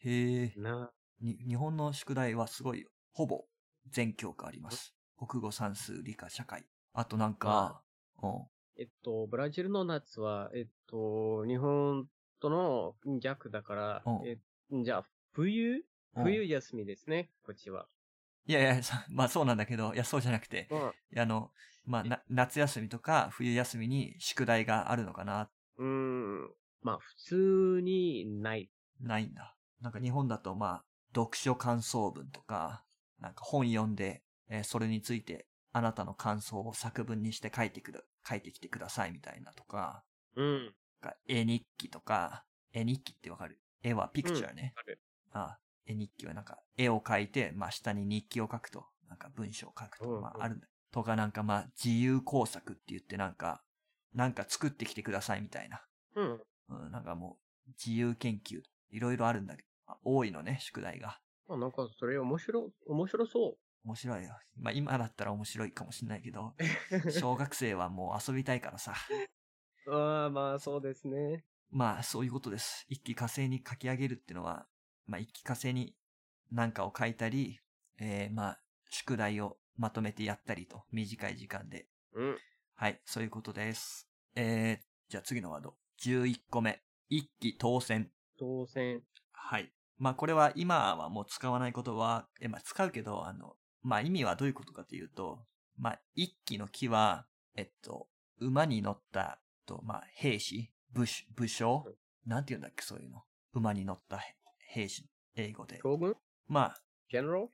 Speaker 1: へえ。
Speaker 2: な、
Speaker 1: に日本の宿題はすごいよ、ほぼ全教科あります。国語、算数、理科、社会。あとなんか、うん。
Speaker 2: えっと、ブラジルの夏は、えっと、日本との逆だから
Speaker 1: う、ん
Speaker 2: えじゃあ、冬
Speaker 1: うん
Speaker 2: 冬休みですね、こっちは。
Speaker 1: いやいや、そまあそうなんだけど、いや、そうじゃなくて、
Speaker 2: うん
Speaker 1: いやあの、まあな、夏休みとか冬休みに宿題があるのかな、
Speaker 2: うーん。まあ、普通にない。
Speaker 1: ないんだ。なんか日本だと、まあ、読書感想文とか、なんか本読んで、えーそれについて、あなたの感想を作文にして書いてくだ、書いてきてくださいみたいなとか、
Speaker 2: うん。
Speaker 1: なんか絵日記とか、絵日記ってわかる絵はピクチャーね。
Speaker 2: ある。
Speaker 1: ああ絵日記はなんか、絵を描いて、まあ下に日記を書くと、なんか文章を書くと
Speaker 2: う
Speaker 1: か、
Speaker 2: んうん
Speaker 1: まああるんだ。とかなんかまあ、自由工作って言ってなんか、なんか作ってきてくださいみたいな。
Speaker 2: うん。
Speaker 1: うん、なんかもう、自由研究、いろいろあるんだけど、まあ多いのね、宿題が。
Speaker 2: まあ、なんか、それ面白、面白そ
Speaker 1: 面白いよ。まあ今だったら面白いかもしれないけど、小学生はもう遊びたいからさ。
Speaker 2: う。ああ、まあ、そうですね。
Speaker 1: まあそういうことです。一気火星に書き上げるっていうのは、まあ一気火星に何かを書いたり、えー、まあ宿題をまとめてやったりと、短い時間で。
Speaker 2: うん。
Speaker 1: はい、そういうことです。えー、じゃあ次のワード。11個目。一気当選。
Speaker 2: 当選。
Speaker 1: はい。まあこれは今はもう使わないことは、え、まあ使うけど、あの、まあ意味はどういうことかというと、まあ一騎の騎は、えっと、馬に乗った、と、まあ兵士、武士、武将
Speaker 2: うん
Speaker 1: なんて言うんだっけ、そういうの。馬に乗ったへ兵士、英語で。
Speaker 2: 将軍
Speaker 1: まあ、
Speaker 2: ジェネラル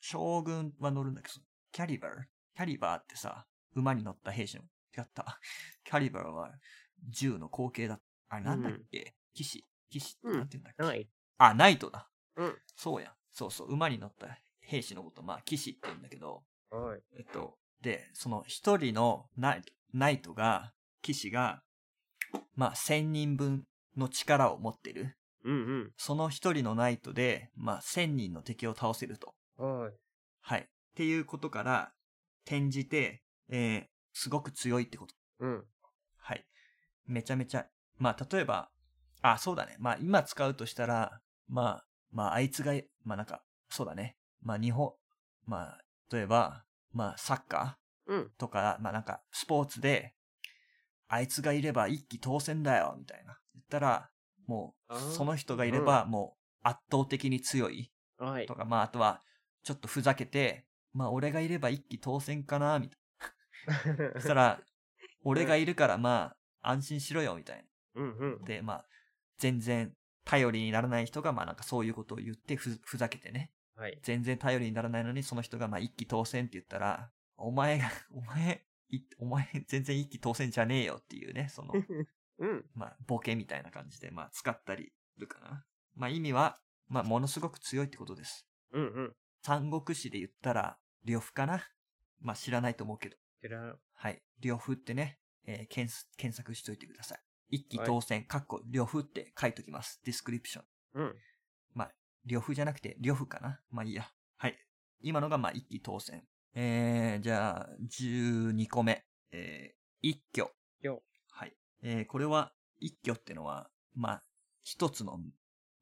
Speaker 1: 将軍は乗るんだけど、キャリバーキャリバーってさ、馬に乗った兵士の、違った。キャリバーは銃の後継だ。あれなんだっけ、騎士騎士ってなんて言うんだっけ、
Speaker 2: ない。
Speaker 1: あ、ナイトだ。
Speaker 2: うん。
Speaker 1: そうやん。そうそう。馬に乗った兵士のこと、まあ、騎士って言うんだけど、
Speaker 2: はい。
Speaker 1: えっと、で、その一人のナイトナイトが、騎士が、まあ、千人分の力を持ってる。
Speaker 2: うん
Speaker 1: その一人のナイトで、まあ、千人の敵を倒せると。
Speaker 2: うん。はい。
Speaker 1: はい。っていうことから、転じて、えー、すごく強いってこと。
Speaker 2: うん。
Speaker 1: はい。めちゃめちゃ、まあ、例えば、あ、そうだね。まあ、今使うとしたら、まあ、まあ、あいつが、まあ、なんか、そうだね。まあ、日本、まあ、例えば、まあ、サッカ
Speaker 2: うん。
Speaker 1: ーとか、まあ、なんか、スポーツで、あいつがいれば一気当選だよ、みたいな。言ったら、も
Speaker 2: あー
Speaker 1: う、その人がいれば、もう、圧倒的に強い。
Speaker 2: はい
Speaker 1: と。か、まあ、あとは、ちょっとふざけて、まあ、俺がいれば一気当選かな、みたいな。そした ら、俺がいるからまあ、安心しろよ、みたい
Speaker 2: うんうん
Speaker 1: な。。で、まあ、全然頼りにならない人が、まあなんかそういうことを言ってふ、ふざけてね。
Speaker 2: はい。
Speaker 1: 全然頼りにならないのに、その人がまあ一気当選って言ったら、お前が、 お前、いお前全然一気当選じゃねえよっていうね、その、
Speaker 2: うん。
Speaker 1: まあ、ボケみたいな感じで、まあ、使ったりするかな。まあ、意味は、まあ、ものすごく強いってことです。
Speaker 2: うんうん。
Speaker 1: 三国志で言ったら、呂布かなまあ、知らないと思うけど。
Speaker 2: 知らん。
Speaker 1: はい。両夫ってね、えー検索検索しといてください。一気当選、かっこ、両夫って書いときます。ディスクリプション。
Speaker 2: うん。
Speaker 1: 両夫じゃなくて、両夫かなまあいいや。はい。今のが、まあ、一気当選。えー、じゃあ、12個目。えー、一挙。
Speaker 2: よ。
Speaker 1: はい。えー、これは、一挙ってのは、まあ、一つの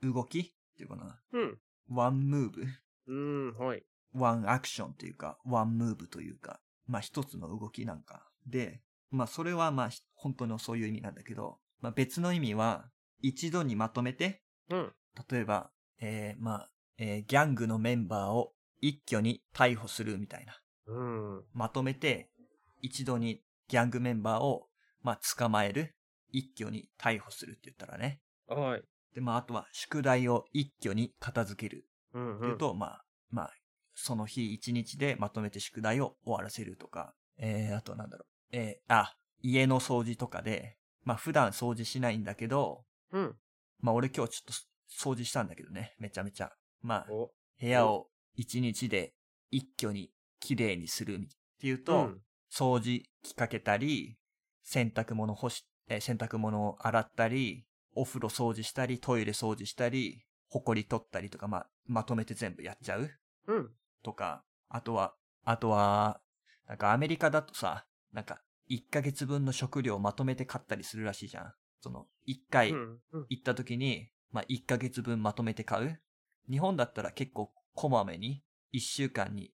Speaker 1: 動きっていうかな。
Speaker 2: うん。
Speaker 1: ワンムーブ。
Speaker 2: うん。はい。
Speaker 1: ワンアクションというか、ワンムーブというか、まあ一つの動きなんか。で、まあそれはまあひ本当のそういう意味なんだけど、まあ別の意味は、一度にまとめて、
Speaker 2: うん。
Speaker 1: 例えば、えー、まあ、えーギャングのメンバーを一挙に逮捕するみたいな。
Speaker 2: うん。
Speaker 1: まとめて、一度にギャングメンバーを、まあ捕まえる。一挙に逮捕するって言ったらね。
Speaker 2: はい。
Speaker 1: で、まああとは宿題を一挙に片付ける。
Speaker 2: うん
Speaker 1: っていうと、まあ、まあ、その日一日でまとめて宿題を終わらせるとか、えー、あとなんだろう、えー、あ、家の掃除とかで、まあ普段掃除しないんだけど、
Speaker 2: うん。
Speaker 1: まあ俺今日ちょっと掃除したんだけどね、めちゃめちゃ。まあ、
Speaker 2: お。
Speaker 1: 部屋を一日で一挙に綺麗にするっていうと、
Speaker 2: うん
Speaker 1: 掃除きかけたり、洗濯物干し、えー洗濯物を洗ったり、お風呂掃除したり、トイレ掃除したり、ほこり取ったりとか、まあ、まとめて全部やっちゃう
Speaker 2: うん。
Speaker 1: とか、あとは、あとは、なんかアメリカだとさ、なんか1ヶ月分の食料をまとめて買ったりするらしいじゃん。その、1回
Speaker 2: うん。うん。
Speaker 1: 行った時に、まあ1ヶ月分まとめて買う。日本だったら結構こまめに、1週間に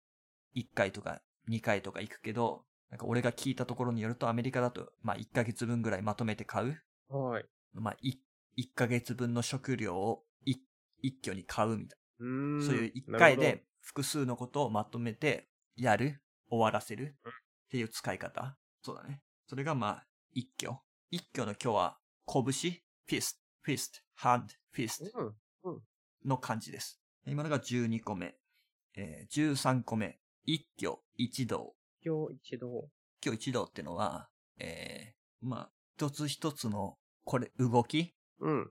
Speaker 1: 1回とか2回とか行くけど、なんか俺が聞いたところによるとアメリカだと、まあ1ヶ月分ぐらいまとめて買う。
Speaker 2: はい。
Speaker 1: まあ 1, ヶ月分の食料を一一挙に買うみたいな。
Speaker 2: うん。
Speaker 1: そういう1回で複数のことをまとめて、やる、終わらせるっていう使い方。そうだね。それがまあ、一挙。一挙の今日は、拳、fist、fist、hand、fist
Speaker 2: うん。
Speaker 1: の漢字です。今のが12個目。えー13個目。一挙一動。
Speaker 2: 今日一度。
Speaker 1: 一挙一動ってのは、えーまあ、一つ一つの、これ、動き
Speaker 2: うん。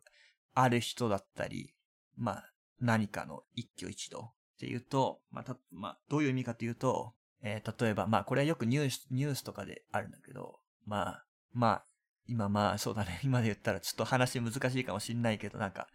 Speaker 1: ある人だったり、まあ、何かの一挙一動っていうと、まあ、た、まあ、どういう意味かというと、えー例えば、まあ、これはよくニュース、ニュースとかであるんだけど、まあ、まあ、今まあ、そうだね、 今で言ったらちょっと話難しいかもしんないけど、なんか、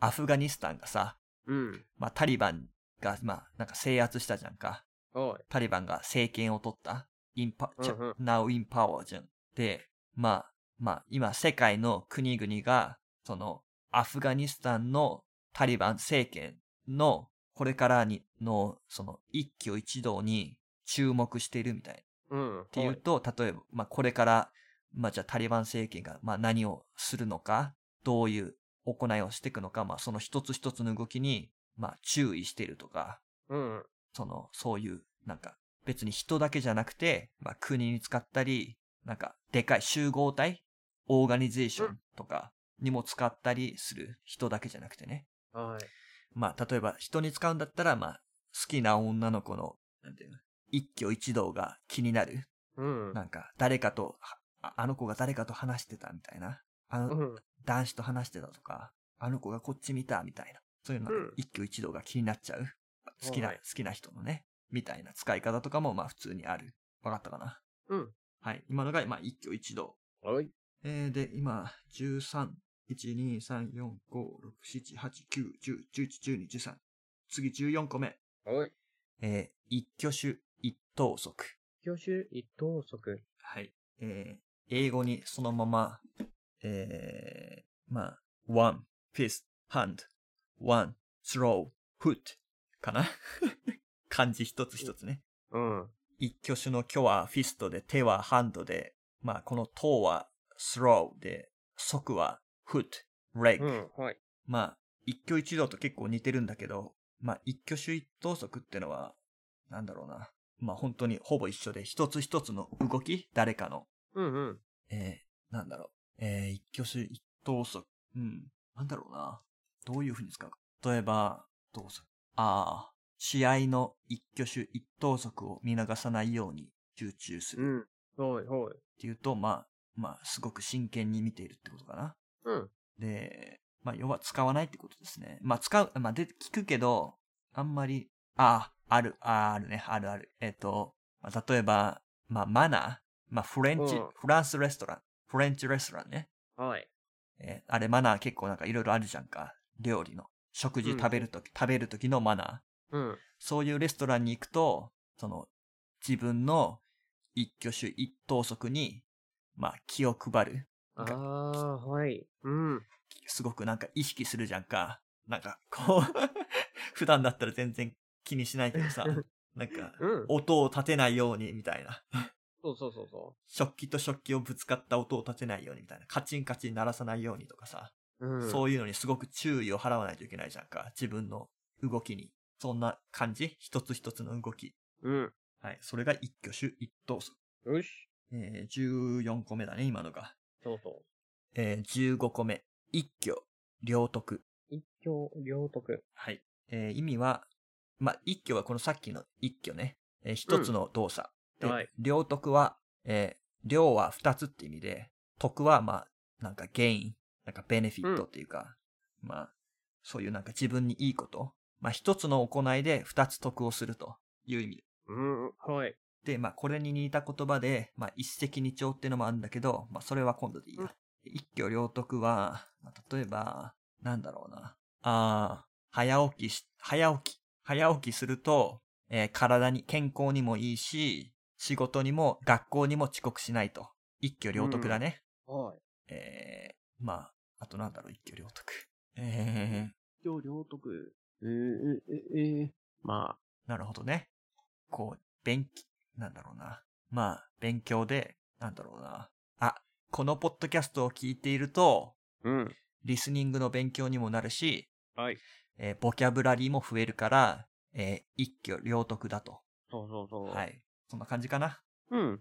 Speaker 1: アフガニスタンがさ、
Speaker 2: うん。
Speaker 1: まあ、タリバンが、まあ、なんか制圧したじゃんか。
Speaker 2: おい。
Speaker 1: タリバンが政権を取った。インパ、チ
Speaker 2: うんうん
Speaker 1: ャ、ナウインパワーじゃん。で、まあ、まあ、今世界の国々が、その、アフガニスタンのタリバン政権の、これからに、の、その、一挙一動に注目しているみたい。
Speaker 2: うん。っ
Speaker 1: っていうと、例えば、まあ、これから、まあ、じゃあタリバン政権が、まあ、何をするのか、どういう行いをしていくのか、まあ、その一つ一つの動きに、まあ、注意しているとか、
Speaker 2: うん。
Speaker 1: その、そういう、なんか、別に人だけじゃなくて、まあ、国に使ったり、なんか、でかい集合体オーガニゼーションとかにも使ったりする人だけじゃなくてね。
Speaker 2: はい。
Speaker 1: まあ、例えば人に使うんだったら、まあ、好きな女の子の、なんていうの、一挙一動が気になる。
Speaker 2: うん。
Speaker 1: なんか、誰かと、ああの子が誰かと話してたみたいな。あの、
Speaker 2: うん。
Speaker 1: 男子と話してたとか、あの子がこっち見たみたいな。そういうのが
Speaker 2: うん
Speaker 1: 一挙一動が気になっちゃう。好きな、
Speaker 2: はい
Speaker 1: 好きな人のね、みたいな使い方とかもまあ普通にある。わかったかな
Speaker 2: うん。
Speaker 1: はい。今のがまあ一挙一動。
Speaker 2: はい。
Speaker 1: えー、で、今、13、1、2、3、4、5、6、7、8、9、10、11、12、13。次14個目。
Speaker 2: はい。
Speaker 1: えー、一挙手、一投足。
Speaker 2: 挙手一等足。
Speaker 1: はい。えー、英語にそのまま、えー、まあ、one, fist, hand, one, throw, foot かな 漢字一つ一つね。
Speaker 2: うん。
Speaker 1: 一挙手の挙はフィストで、手はハンドで、まあ、この頭は throw で、足は foot, leg。
Speaker 2: うん。はい。
Speaker 1: まあ、一挙一動と結構似てるんだけど、まあ、一挙手一投足ってのは、なんだろうな。まあ、本当にほぼ一緒で、一つ一つの動き、誰かの、
Speaker 2: うんうん。
Speaker 1: えー、なんだろう。えー、一挙手一投足。うん。なんだろうな。どういう風に使うか。例えば、どうするああ、試合の一挙手一投足を見逃さないように集中す
Speaker 2: う
Speaker 1: る
Speaker 2: ん。はいはい。
Speaker 1: っていうと、まあ、まあ、すごく真剣に見ているってことかな。
Speaker 2: うん。
Speaker 1: で、まあ、要は使わないってことですね。まあ、使う、まあ、で、聞くけど、あんまり、ああ、ある、ああ、あるね、あるある。えっ、と、まあ、例えば、まあ、マナー、まあ、フレンチ、
Speaker 2: うん
Speaker 1: フランスレストラン、フレンチレストランね。
Speaker 2: はい。
Speaker 1: えーあれ、マナー結構なんかいろいろあるじゃんか。料理の。食事
Speaker 2: うん
Speaker 1: 食べるとき、食べるときのマナー。
Speaker 2: うん。
Speaker 1: そういうレストランに行くと、その、自分の一挙手一投足に、まあ、気を配る。
Speaker 2: ああ、はい。うん。
Speaker 1: すごくなんか意識するじゃんか。なんか、こう、 普段だったら全然気にしないけどさ、なんか、
Speaker 2: うん。
Speaker 1: 音を立てないようにみたいな。
Speaker 2: そうそうそうそ
Speaker 1: 食器と食器をぶつかった音を立てないようにみたいな。カチンカチン鳴らさないようにとかさ、
Speaker 2: う。うん。
Speaker 1: そうういうのにすごく注意を払わないといけないじゃんか。自分の動きに。そんな感じ一つ一つの動き。
Speaker 2: うん。
Speaker 1: はい。それが一挙手一投足。
Speaker 2: よし。
Speaker 1: えー、14個目だね、今のが。
Speaker 2: そうそう。
Speaker 1: えー、15個目。一挙、両得。
Speaker 2: 一挙両得。
Speaker 1: はい。えー意味は、まあ、一挙はこのさっきの一挙ね。えー一つの動作。で
Speaker 2: はい。
Speaker 1: 両得は、えー両は二つって意味で、得は、まあ、なんかゲイン、なんかベネフィットっていうか、まあ、そういうなんか自分にいいこと。まあ、一つの行いで二つ得をするという意味。
Speaker 2: うん。はい。
Speaker 1: で、まあ、これに似た言葉で、まあ、一石二鳥ってのもあるんだけど、まあ、それは今度でいいな。一挙両得は、まあ、例えば、なんだろうな。ああ、早起きし、早起き。早起きすると、えー体に、健康にもいいし、仕事にも、学校にも遅刻しないと。一挙両得だね。
Speaker 2: はい。
Speaker 1: えー、まあ、あとなんだろう、一挙両得。えー、
Speaker 2: 一挙両得。えー、え、え、え、まあ。
Speaker 1: なるほどね。こう、勉、なんだろうな。まあ、勉強で、なんだろうな。あ、このポッドキャストを聞いていると、
Speaker 2: うん。
Speaker 1: リスニングの勉強にもなるし、
Speaker 2: はい。
Speaker 1: えーボキャブラリーも増えるから、えー一挙両得だと。
Speaker 2: そうそうそう。
Speaker 1: はい。そんな感じかな。
Speaker 2: うん。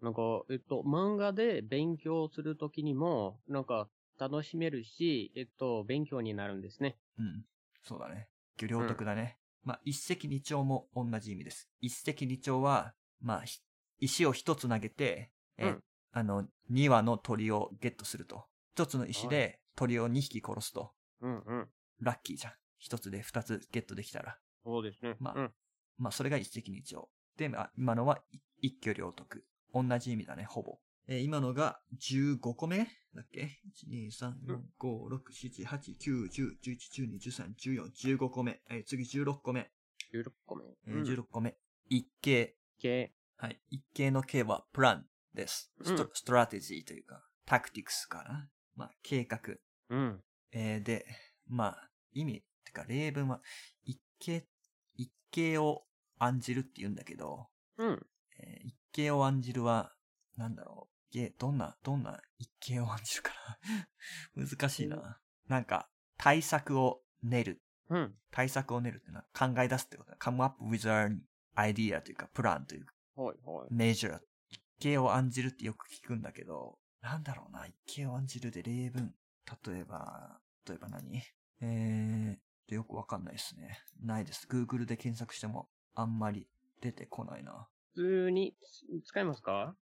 Speaker 2: なんか、えっと、漫画で勉強するときにも、なんか、楽しめるし、えっと、勉強になるんですね。
Speaker 1: うん。そうだね。一挙両得だね。まあ、一石二鳥も同じ意味です。一石二鳥は、まあ、ひ石を一つ投げて、え、
Speaker 2: うん
Speaker 1: あの、二羽の鳥をゲットすると。一つの石で鳥を二匹殺すと。
Speaker 2: うんうん。
Speaker 1: ラッキーじゃん。一つで二つゲットできたら。
Speaker 2: そうですね。
Speaker 1: まあ
Speaker 2: うん。
Speaker 1: まあ、それが一石二鳥。で、まあ、今のは一挙両得。同じ意味だね、ほぼ。えー今のが15個目だっけ ?1、2、3、4、5、6、7、8、9、10、11、12、13、14、15個目。えー次16個目。
Speaker 2: 16個目。
Speaker 1: え
Speaker 2: う
Speaker 1: ー
Speaker 2: ん
Speaker 1: 16個目。一形。
Speaker 2: 系。
Speaker 1: はい。一形の形はプランです。スト,、
Speaker 2: うん
Speaker 1: ストラテジーというか、タクティクスかな。まあ、計画。
Speaker 2: うん。
Speaker 1: えーで、まあ、意味、てか例文は、一形、一形を案じるって言うんだけど、
Speaker 2: うん。
Speaker 1: えー一形を案じるは、なんだろう。一形どんな、どんな一形を案じるかな。 難しいな。なんか、対策を練る。
Speaker 2: うん。
Speaker 1: 対策を練るってのは考え出すってことだ。come up with an idea というか、プランというか、
Speaker 2: はいはい。
Speaker 1: メジャー。一形を案じるってよく聞くんだけど、なんだろうな。一形を案じるで例文。例えば、例えば何えー、よくわかんないですね。ないです。Google で検索してもあんまり出てこないな。
Speaker 2: 普通に使いますか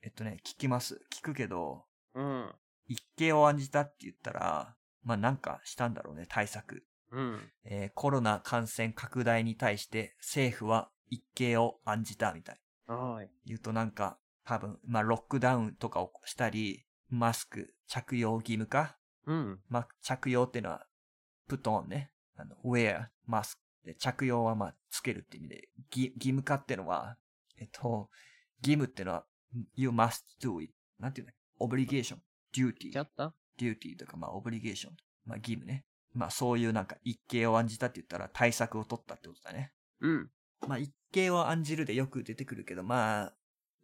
Speaker 1: えっとね、聞きます。聞くけど、
Speaker 2: うん。
Speaker 1: 一形を案じたって言ったら、まあなんかしたんだろうね、対策。
Speaker 2: うん。
Speaker 1: えーコロナ感染拡大に対して政府は一計を案じたみたい。
Speaker 2: はい。
Speaker 1: 言うとなんか、多分、まあ、ロックダウンとかをしたり、マスク着用義務化
Speaker 2: うん。
Speaker 1: まあ、着用っていうのは、プトンね。あの、ウェア、マスク。で、着用はまあ、つけるって意味で、義義務化っていうのは、えっと、義務っていうのは、you must do it. なんていうんだっけ obligation,
Speaker 2: いっちゃ
Speaker 1: duty,
Speaker 2: った
Speaker 1: duty とか、まあ、obligation, まあ、義務ね。まあ、そういうなんか、一計を案じたって言ったら、対策を取ったってことだね。
Speaker 2: うん。
Speaker 1: まあ、一見を案じるでよく出てくるけど、まあ、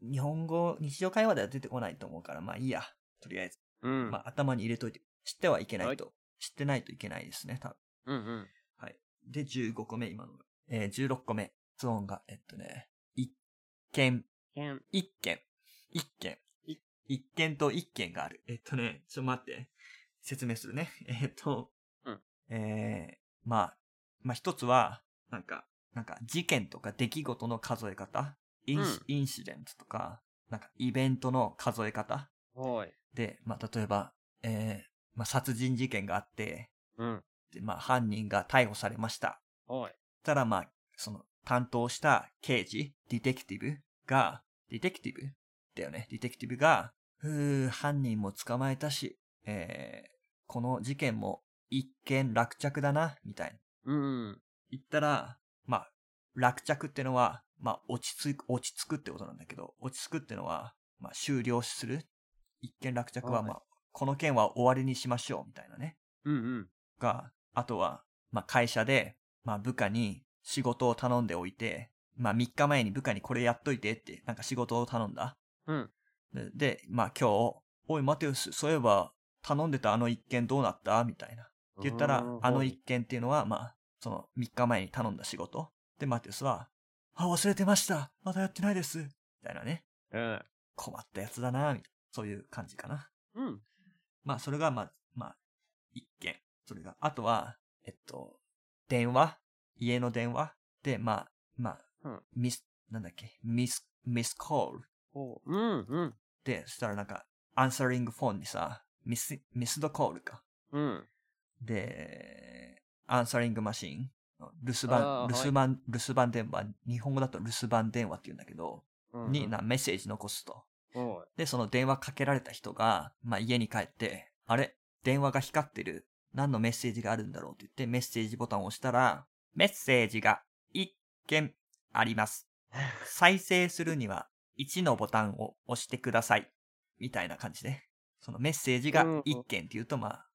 Speaker 1: 日本語、日常会話では出てこないと思うから、まあいいや。とりあえず。
Speaker 2: うん。
Speaker 1: まあ、頭に入れといて。知ってはいけないと。知ってないといけないですね、多分。
Speaker 2: うんうん。
Speaker 1: はい。で、15個目、今のが。えー、16個目。ゾーンが、えっとね、一見、
Speaker 2: けん。
Speaker 1: 一見、一見
Speaker 2: い、
Speaker 1: 一見と一見がある。えっとね、ちょっと待って。説明するね。 えっと、
Speaker 2: うん
Speaker 1: えー、まあ、まあ一つは、なんか、なんか事件とか出来事の数え方。インシ,、
Speaker 2: う
Speaker 1: インシデントとか、なんかイベントの数え方。
Speaker 2: はい。
Speaker 1: で、まあ例えば、えー、まあ殺人事件があって、
Speaker 2: うん。
Speaker 1: で、まあ犯人が逮捕されました。
Speaker 2: はい。
Speaker 1: たらまあ、その担当した刑事、ディテクティブが、ディテクティブだよね。ディテクティブが、ふう、犯人も捕まえたし、えー、この事件も一件落着だな、みたいな。
Speaker 2: うん。
Speaker 1: 言ったら、まあ、落着ってのは、まあ、落ち着く、落ち着くってことなんだけど、落ち着くってのは、まあ、終了する。一件落着は、
Speaker 2: はい
Speaker 1: まあ、この件は終わりにしましょう、みたいなね。
Speaker 2: うんうん。
Speaker 1: か、あとは、まあ、会社で、まあ、部下に仕事を頼んでおいて、まあ、3日前に部下にこれやっといてって、なんか仕事を頼んだ。
Speaker 2: うん。
Speaker 1: で、でまあ、今日、おい、待てよ、そそういえば、頼んでたあの一件どうなったみたいな。って言ったら、あの一件っていうのは、まあ、その3日前に頼んだ仕事。で、マテウスは、あ、忘れてましたまだやってないですみたいなね。
Speaker 2: うん。
Speaker 1: 困ったやつだな、みたいな。そういう感じかな。
Speaker 2: うん。
Speaker 1: まあ、それが、まあ、まあ、一件。それが、あとは、えっと、電話家の電話で、まあ、まあ、
Speaker 2: うん
Speaker 1: ミス、なんだっけ、ミス、ミスコール
Speaker 2: ほう。うんうん。
Speaker 1: で、そしたらなんか、アンサリングフォンにさ、ミス、ミスドコールか。
Speaker 2: うん。
Speaker 1: で、アンサリングマシン、留守
Speaker 2: あ
Speaker 1: 番、
Speaker 2: ー
Speaker 1: 留
Speaker 2: はい
Speaker 1: 守番、留守番電話、日本語だと留守番電話って言うんだけど、
Speaker 2: うん。
Speaker 1: にな、メッセージ残すと。
Speaker 2: は
Speaker 1: で、その電話かけられた人が、まあ、家に帰って、あれ電話が光ってる。何のメッセージがあるんだろうって言って、メッセージボタンを押したら、メッセージが1件あります。再生するには1のボタンを押してください。みたいな感じで。そのメッセージが1件っていうと、まあ、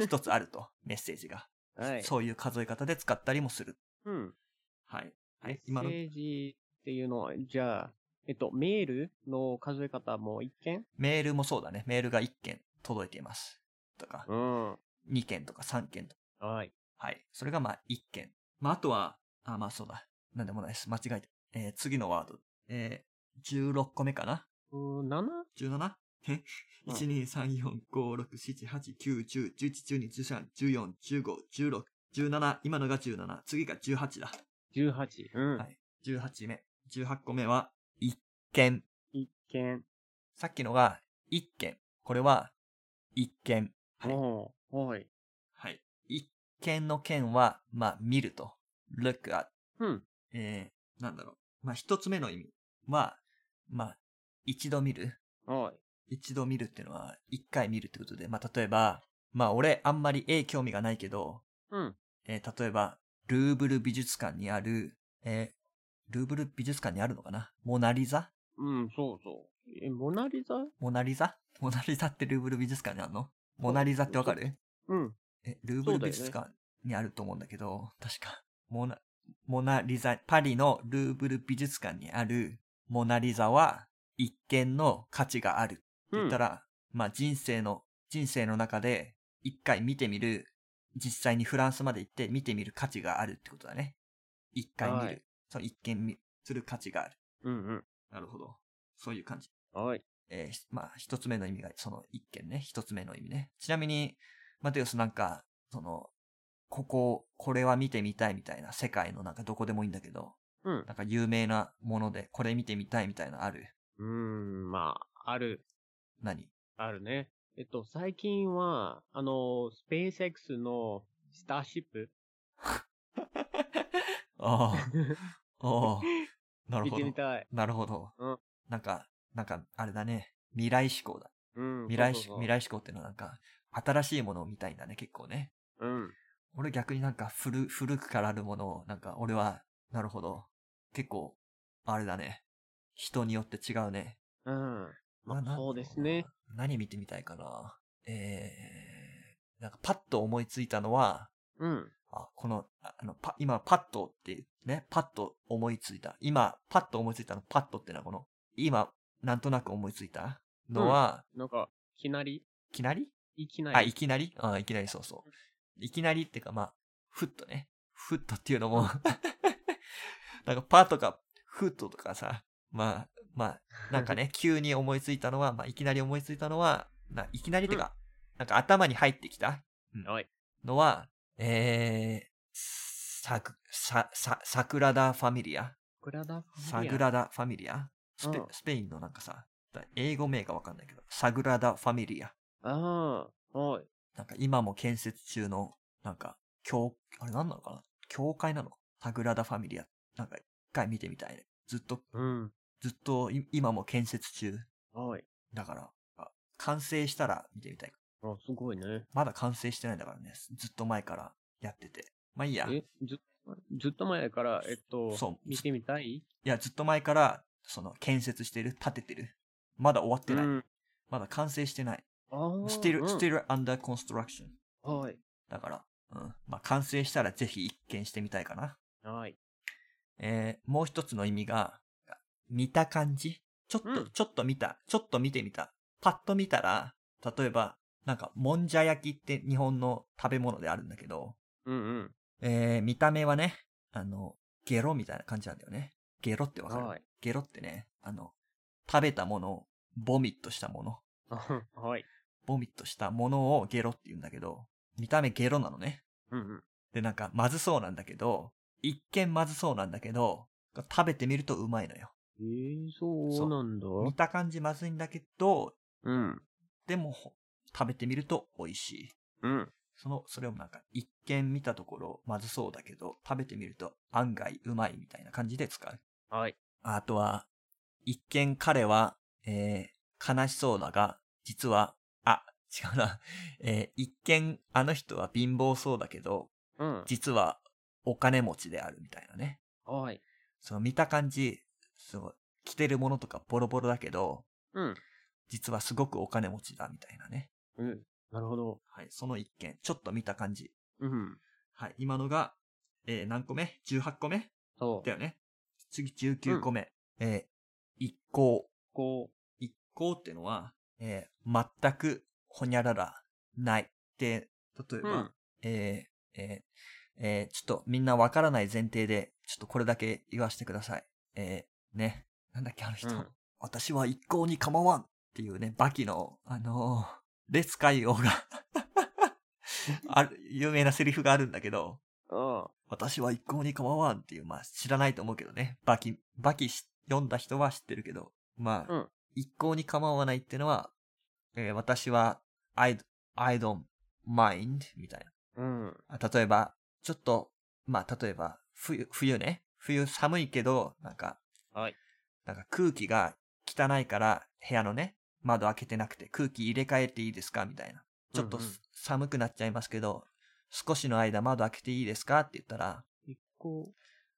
Speaker 1: 1つある と、メッセージが。
Speaker 2: い。はい。
Speaker 1: そういう数え方で使ったりもする。
Speaker 2: うん。
Speaker 1: はい。
Speaker 2: メ
Speaker 1: 今
Speaker 2: ッ
Speaker 1: の
Speaker 2: セージっていうのは、じゃあ、えっと、メールの数え方も一件
Speaker 1: メールもそうだね。メールが1件届いています。とか、
Speaker 2: ん。
Speaker 1: 2件とか3件とか
Speaker 2: はい。
Speaker 1: はい。それがまあ一件。まああとは、あ、まあそうだ。なんでもないです。間違えて。えー次のワード。えー、16個目かな
Speaker 2: うーん、7?
Speaker 1: ?17? え
Speaker 2: うん
Speaker 1: ?1、2、3、4、5、6、7、8、9、10、11、12、13、14、15、16、17。今のが17。次が18だ。
Speaker 2: 18。うん。
Speaker 1: はい18目。18個目は、一見。
Speaker 2: 一見。
Speaker 1: さっきのが、一見。これは、一見。はい
Speaker 2: おーはい。
Speaker 1: はい。一見の見は、まあ、見ると。look at.
Speaker 2: うん。
Speaker 1: えー、なんだろう。まあ、一つ目の意味は、まあ、一度見る。
Speaker 2: はい。
Speaker 1: 一度見るっていうのは、一回見るってことで、まあ、例えば、まあ、俺、あんまり絵興味がないけど、
Speaker 2: うん。
Speaker 1: えー例えば、ルーブル美術館にある、えールーブル美術館にあるのかなモナリザ
Speaker 2: うん、そうそう。え、モナリザ
Speaker 1: モナリザモナリザってルーブル美術館にあるのモナリザってわかる
Speaker 2: うん。
Speaker 1: え、ルーブル美術館にあると思うんだけど、確か、モナ、モナリザ、パリのルーブル美術館にあるモナリザは一見の価値があるって言ったら、まあ人生の、人生の中で一回見てみる、実際にフランスまで行って見てみる価値があるってことだね。一回見る。
Speaker 2: はい
Speaker 1: その一見見する価値がある。
Speaker 2: うん
Speaker 1: なるほど。そういう感じ。
Speaker 2: うん。はい。
Speaker 1: えーひまあ、一つ目の意味が、その一見ね、一つ目の意味ね。ちなみに、マテウスなんか、その、ここ、これは見てみたいみたいな、世界のなんかどこでもいいんだけど、
Speaker 2: うん。
Speaker 1: なんか有名なもので、これ見てみたいみたいなある
Speaker 2: うーん、まあ、ある、
Speaker 1: 何
Speaker 2: あるね。えっと、最近は、あの、スペース X のスターシップ。
Speaker 1: ああ、 ああ、なる
Speaker 2: 見
Speaker 1: ほ
Speaker 2: てみ
Speaker 1: ど。
Speaker 2: たい。
Speaker 1: なるほど。
Speaker 2: うん
Speaker 1: なんか、なんか、あれだね。未来志向だ。
Speaker 2: うん。
Speaker 1: 未来
Speaker 2: そう
Speaker 1: 志
Speaker 2: そうそう
Speaker 1: 未。来志向っていうのはなんか、新しいものを見たいんだね、結構ね。
Speaker 2: うん。
Speaker 1: 俺逆になんか古、古くからあるものを、なんか俺は、なるほど。結構、あれだね。人によって違うね。
Speaker 2: うん。まあ
Speaker 1: な
Speaker 2: そうですね。
Speaker 1: 何見てみたいかな。えー、なんかパッと思いついたのは、
Speaker 2: うん。
Speaker 1: あ、この、ああの、パ、今パッとって、ね、パッと思いついた。今、パッと思いついたの、パッとってのはこの、今、なんとなく思いついたのは、
Speaker 2: なんか、いきなり
Speaker 1: いきなり
Speaker 2: いきなり。
Speaker 1: あ、いきなりあいきなりそうそう。いきなりってか、まあ、ふっとね。ふっとっていうのも、 なんかパとか、ふっととかさ、まあ、まあ、なん かね、急に思いついたのは、まあ、いきなり思いついたのは、ないきなりってか、なんか頭に入ってきた
Speaker 2: はい。
Speaker 1: のは、えー、さく、さ、さ、サグラダ・ファミリア
Speaker 2: グラダ
Speaker 1: サグ
Speaker 2: ダ。
Speaker 1: ラダ・ファミリアスペ
Speaker 2: うん
Speaker 1: スペインのなんかさ、だ英語名がわかんないけど、サグラダ・ファミリア。
Speaker 2: ああ、はい。
Speaker 1: なんか今も建設中の、なんか、教、あれなんなのかな教会なのサグラダ・ファミリア。なんか、一回見てみたいね。ずっと、
Speaker 2: うん。
Speaker 1: ずっとい、今も建設中。
Speaker 2: はい。
Speaker 1: だから、あ完成したら見てみたい。
Speaker 2: あ、すごいね。
Speaker 1: まだ完成してないんだからね。ずっと前からやってて。まあいいや。い
Speaker 2: え、ず、ずっと前から、えっと、
Speaker 1: そう
Speaker 2: 見てみたい
Speaker 1: や、ずっと前から、その、建設してる、建ててる。まだ終わってない。
Speaker 2: うん
Speaker 1: まだ完成してない。
Speaker 2: あー
Speaker 1: still,
Speaker 2: うん
Speaker 1: still under construction。
Speaker 2: はい。
Speaker 1: だから、うん。まあ完成したらぜひ一見してみたいかな。
Speaker 2: はい。
Speaker 1: えーもう一つの意味が、見た感じちょっと、
Speaker 2: うん
Speaker 1: ちょっと見た。ちょっと見てみた。パッと見たら、例えば、なんか、もんじゃ焼きって日本の食べ物であるんだけど、
Speaker 2: うんうん。
Speaker 1: えー見た目はね、あの、ゲロみたいな感じなんだよね。ゲロってわかる、
Speaker 2: はい。
Speaker 1: ゲロってね、あの、食べたものを、ボミットしたもの、
Speaker 2: はい。
Speaker 1: ボミットしたものをゲロって言うんだけど、見た目ゲロなのね。
Speaker 2: うんうん。
Speaker 1: で、なんか、まずそうなんだけど、一見まずそうなんだけど、食べてみるとうまいのよ。
Speaker 2: えー、そうなんだ。
Speaker 1: 見た感じまずいんだけど、
Speaker 2: うん。
Speaker 1: でもほ食べてみると美味しい。
Speaker 2: うん。
Speaker 1: その、それをなんか一見見たところまずそうだけど、食べてみると案外うまいみたいな感じで使う。
Speaker 2: はい。
Speaker 1: あとは、一見彼は、えー悲しそうだが、実は、あ、違うな。 えー一見あの人は貧乏そうだけど、
Speaker 2: うん。
Speaker 1: 実はお金持ちであるみたいなね。
Speaker 2: はい。
Speaker 1: その見た感じ、その着てるものとかボロボロだけど、
Speaker 2: うん。
Speaker 1: 実はすごくお金持ちだみたいなね。
Speaker 2: うん。なるほど。
Speaker 1: はい、その一件。ちょっと見た感じ。
Speaker 2: うん。
Speaker 1: はい、今のが、えー何個目 ?18 個目
Speaker 2: そう
Speaker 1: だ。よね。次19個目。えー一行。
Speaker 2: こ
Speaker 1: 一行ってのは、えー全く、ほにゃらら、ない。で、例え
Speaker 2: う。う
Speaker 1: ば、
Speaker 2: ん。
Speaker 1: えーえーえーちょっとみんなわからない前提で、ちょっとこれだけ言わせてください。えーね。なんだっけ、あの人。
Speaker 2: うん
Speaker 1: 私は一向に構わんっていうね、バキの、あのーレツ海 王がある、有名なセリフがあるんだけど、
Speaker 2: あ
Speaker 1: 私は一向に構わんっていう、まあ知らないと思うけどね。バキ、バキし読んだ人は知ってるけど、まあ、
Speaker 2: うん
Speaker 1: 一向に構わないっていうのは、えー私は I, I don't mind みたい
Speaker 2: あ、うん。
Speaker 1: な。あ例えば、ちょっと、まあ例えば、冬、冬ね。冬寒いけど、なんか、
Speaker 2: はい。
Speaker 1: なんか空気が汚いから部屋のね、窓開けてなくて空気入れ替えていいですかみたいな。ちょっと
Speaker 2: うんうん
Speaker 1: 寒くなっちゃいますけど、少しの間窓開けていいですかって言ったら、
Speaker 2: 一個、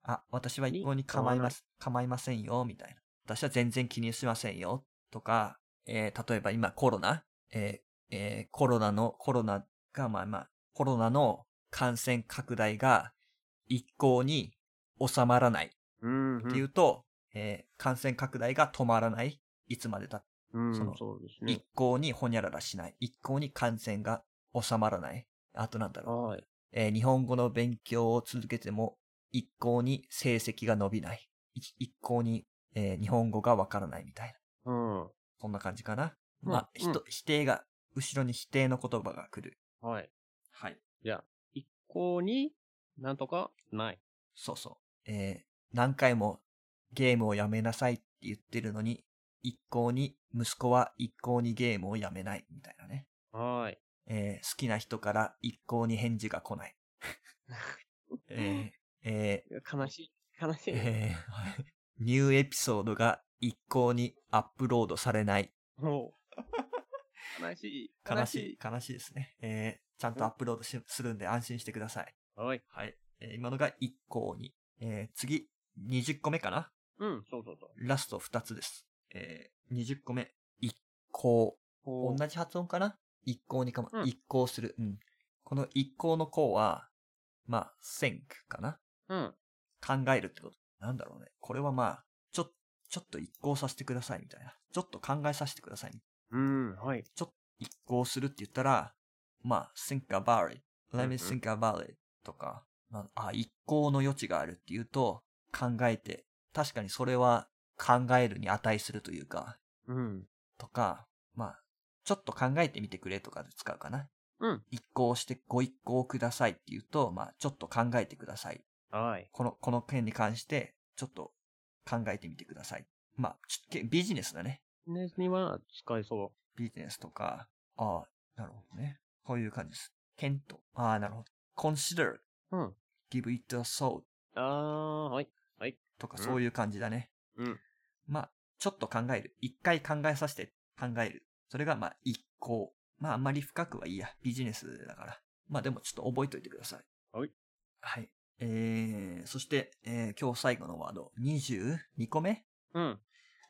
Speaker 1: あ、私は一向に構います、構いませんよ、みたいな。私は全然気にしませんよ、とか、えー例えば今コロナ、えーえーコロナの、コロナが、まあまあ、コロナの感染拡大が一向に収まらない
Speaker 2: うん、
Speaker 1: っていうと、えー感染拡大が止まらない。いつまでたって
Speaker 2: うん、
Speaker 1: その
Speaker 2: そうですね
Speaker 1: 一。向にほにゃららしない。一向に感染が収まらない。あとなんだろう。
Speaker 2: はい。
Speaker 1: えー日本語の勉強を続けても一向に成績が伸びない。一一向に、えー日本語がわからないみたいな。
Speaker 2: うん。
Speaker 1: そんな感じかな。
Speaker 2: うん
Speaker 1: まあ、ひと
Speaker 2: う
Speaker 1: 否定が、後ろに否定の言葉が来る。
Speaker 2: はい。
Speaker 1: はい。
Speaker 2: 一個に、なんとか、ない。
Speaker 1: そうそう。えー何回もゲームをやめなさいって言ってるのに、一向に、息子は一向にゲームをやめないみたいなね。
Speaker 2: はい。
Speaker 1: えー好きな人から一向に返事が来 ない。えーえー
Speaker 2: 悲しい。悲しい。
Speaker 1: えーはいニューエピソードが一向にアップロードされない。
Speaker 2: も う。悲しい。
Speaker 1: 悲しい、悲しいですね。えーちゃんとアップロードしするんで安心してください。
Speaker 2: い。はい。
Speaker 1: はい。えー今のが一向に。えー次、20個目かな
Speaker 2: うん、そうそうそう。
Speaker 1: ラスト2つです。えー20個目、一向。
Speaker 2: こ
Speaker 1: 同
Speaker 2: う
Speaker 1: じ発音かな一向にかも、
Speaker 2: うん
Speaker 1: 一向する。うん。この一向の項は、まあ、think かな
Speaker 2: うん。
Speaker 1: 考えるってこと。なんだろうね。これはまあ、ちょ、ちょっと一行させてくださいみたいな。ちょっと考えさせてください。
Speaker 2: うん、はい。
Speaker 1: 一行するって言ったら、まあ、think about it.
Speaker 2: う
Speaker 1: Let
Speaker 2: んう
Speaker 1: me
Speaker 2: ん
Speaker 1: think about it. とか、まあ、あ一行の余地があるっていうと、考えて、確かにそれは考えるに値するというか、
Speaker 2: うん。
Speaker 1: とか、まあ、ちょっと考えてみてくれとかで使うかな。
Speaker 2: うん。
Speaker 1: 一行してご一行くださいって言うと、まあ、ちょっと考えてください
Speaker 2: はい。
Speaker 1: この、この件に関して、ちょっと考えてみてください。まあ、ちょっとビジネスだね。
Speaker 2: ネスには使えそ
Speaker 1: ビジネスとか、ああ、なるほどね。こういう感じです。検討。ああ、なるほど。consider,
Speaker 2: う。うん。
Speaker 1: give it a thought
Speaker 2: あー、はい。
Speaker 1: とか
Speaker 2: うん
Speaker 1: そういう感じだね。
Speaker 2: うん。
Speaker 1: まあ、ちょっと考える。一回考えさせて考える。それがまあ、一行。まあ、あんまり深くはいいや。ビジネスだから。まあでもちょっと覚えておいてください。
Speaker 2: はい。
Speaker 1: はい。えー、そして、えー今日最後のワード、22個目
Speaker 2: うん。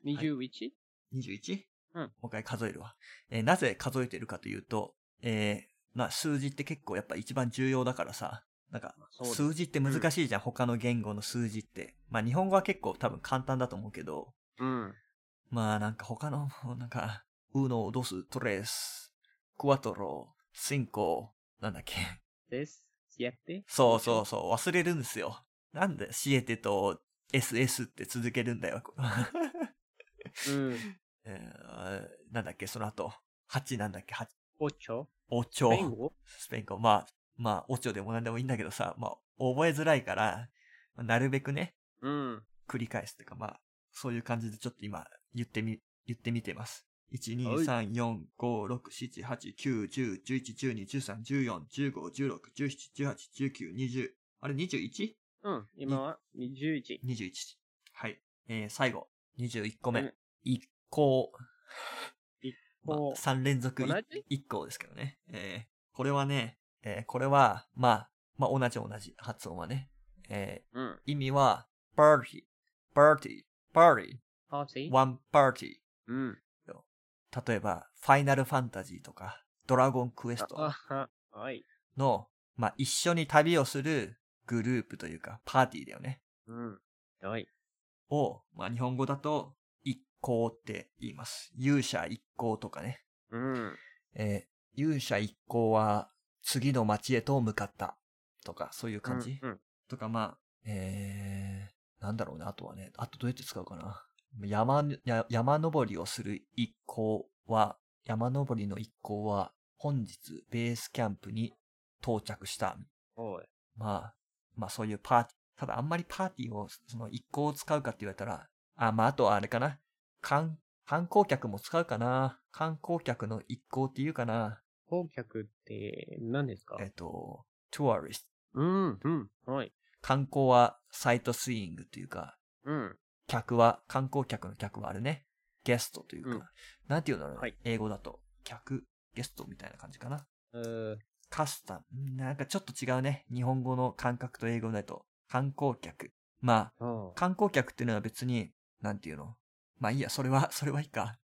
Speaker 2: 21?
Speaker 1: ?21?
Speaker 2: うん
Speaker 1: もう一回数えるわ。えーなぜ数えてるかというと、えーまあ数字って結構やっぱ一番重要だからさ、なんか、
Speaker 2: そうです。
Speaker 1: 数字って難しいじゃん、他の言語の数字って。まあ日本語は結構多分簡単だと思うけど、
Speaker 2: うん。
Speaker 1: まあなんか他の、なんか、uno, dos, tres, cuatro, cinco, なんだっけ。
Speaker 2: です。やって。
Speaker 1: そうそうそう、忘れるんですよ。なんで、シエテと SS って続けるんだよ。
Speaker 2: うん。
Speaker 1: えーなんだっけ、その後、8なんだっけ、8、
Speaker 2: オチョ
Speaker 1: オチ
Speaker 2: ペン
Speaker 1: ョ。
Speaker 2: ゴ
Speaker 1: スペイン語。まあ、まあ、オチョでも何でもいいんだけどさ、まあ、覚えづらいから、なるべくね、
Speaker 2: うん。
Speaker 1: 繰り返すっていうか、まあ、そういう感じでちょっと今、言ってみ、言ってみてます。1、2、
Speaker 2: はい
Speaker 1: 3、4、5、6、7、8、9、10、11、12、13、14、15、16、17、18、19、20。あれ、21?21
Speaker 2: うん。今は21。
Speaker 1: 21はい。えー、最後。21個
Speaker 2: う
Speaker 1: 目
Speaker 2: ん。
Speaker 1: 1個。まあ
Speaker 2: こ、
Speaker 1: 3連続
Speaker 2: 同じ
Speaker 1: 1個ですけどね。えーこれはね、えーこれは、まあ、まあ、同じ同じ発音はね。え
Speaker 2: う。うん。
Speaker 1: ー意味は、party, party, party,
Speaker 2: パーシー
Speaker 1: one party。
Speaker 2: うん。
Speaker 1: 例えば、ファイナルファンタジーとか、ドラゴンクエスト
Speaker 2: ああは、はい。
Speaker 1: の、まあ、一緒に旅をするグループというか、パーティーだよね。
Speaker 2: うん。はい。
Speaker 1: を、まあ、日本語だと、一行って言います。勇者一行とかね。
Speaker 2: うん。
Speaker 1: えー勇者一行は次の町へと向かった。とか、そういう感じ、
Speaker 2: うんうん
Speaker 1: とか、まあ、えー、なんだろうね、あとはね、あとどうやって使うかな。山、や山登りをする一行は、山登りの一行は、本日、ベースキャンプに到着した。
Speaker 2: おい。
Speaker 1: まあ、まあそういうパーティー、ただあんまりパーティーを、その一行を使うかって言われたら、あ、まああとはあれかな。観、観光客も使うかな。観光客の一行っていうかな。
Speaker 2: 光客って何ですか
Speaker 1: えっと、トゥアリスト。
Speaker 2: うん、うん、はい。
Speaker 1: 観光はサイトスイングというか、
Speaker 2: うん。
Speaker 1: 客は、観光客の客はあれね。ゲストというか、
Speaker 2: うん
Speaker 1: なんていうんだろうね、
Speaker 2: はい
Speaker 1: 英語だと。客、ゲストみたいな感じかな。
Speaker 2: えー、
Speaker 1: カスタム。うんなんかちょっと違うね。日本語の感覚と英語だと。観光客。まあ、
Speaker 2: ああ
Speaker 1: 観光客っていうのは別に、なんていうのまあいいや、それは、 それはいいか。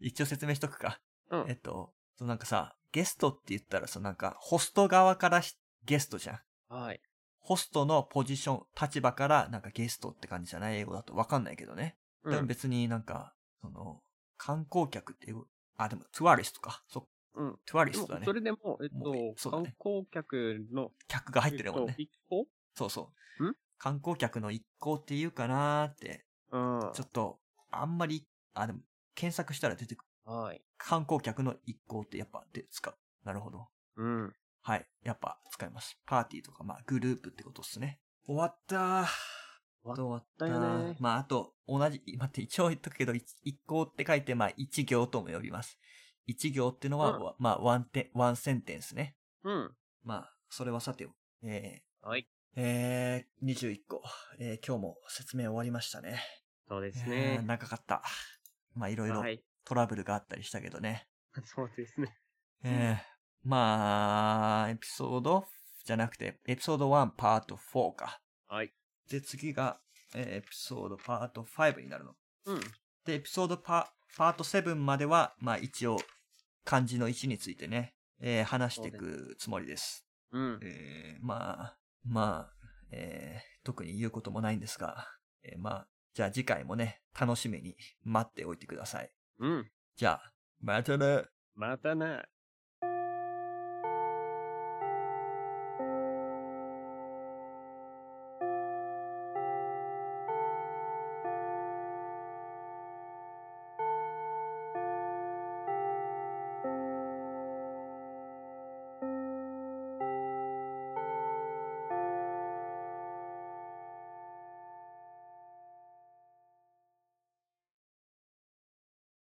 Speaker 1: 一応説明しとくか。
Speaker 2: うん
Speaker 1: えっと、そうなんかさ、ゲストって言ったらさ、なんか、ホスト側からしゲストじゃん。
Speaker 2: はい。
Speaker 1: ホストのポジション、立場から、なんかゲストって感じじゃない英語だとわかんないけどね。
Speaker 2: う
Speaker 1: でも
Speaker 2: ん、
Speaker 1: 別になんか、その、観光客って英語、あ、でも、トゥアリストか。そう、
Speaker 2: うん。
Speaker 1: トゥアリ
Speaker 2: で
Speaker 1: ス
Speaker 2: も
Speaker 1: トだね
Speaker 2: そ。れでも、えっ
Speaker 1: もうえそ
Speaker 2: と、
Speaker 1: うだ
Speaker 2: 観
Speaker 1: ね
Speaker 2: 光客の、
Speaker 1: 客が入ってるもんね
Speaker 2: えっと。一個
Speaker 1: そうそう。
Speaker 2: ん
Speaker 1: 観光客の一行っていうかなーって、
Speaker 2: うん。
Speaker 1: ちょっと、あんまり、あ、でも、検索したら出てくる
Speaker 2: はい。
Speaker 1: 観光客の一行ってやっぱで使う。なるほど。
Speaker 2: うん。
Speaker 1: はい。やっぱ使います。パーティーとか、まあグループってことっすね。終わったー。終わった
Speaker 2: 終わったよね
Speaker 1: まああと、同じ、待って、一応言っとくけど、一一行って書いて、まあ一行とも呼びます。一行ってのは、
Speaker 2: うん
Speaker 1: わまあワンテ、ワンセンテンスね。
Speaker 2: うん。
Speaker 1: まあ、それはさておき、え
Speaker 2: はい。
Speaker 1: ー、えー、21個。えー、今日も説明終わりましたね。
Speaker 2: そうです
Speaker 1: えー
Speaker 2: ね。
Speaker 1: 長かった。まあいろいろ
Speaker 2: はい。
Speaker 1: トラブルがあったりしたけどね。
Speaker 2: そうですね。
Speaker 1: ええまあ、エピソードじゃなくて、エピソード1パート4か。
Speaker 2: はい。
Speaker 1: で、次が、えーエピソードパート5になるの。
Speaker 2: うん。
Speaker 1: で、エピソードパパート7までは、まあ一応、漢字の1についてね、えー話していくつもりです。
Speaker 2: うん。
Speaker 1: えーまあ、まあ、えー特に言うこともないんですが、えーまあ、じゃあ次回もね、楽しみに待っておいてください。
Speaker 2: うん。
Speaker 1: じゃあ、またね
Speaker 2: またな。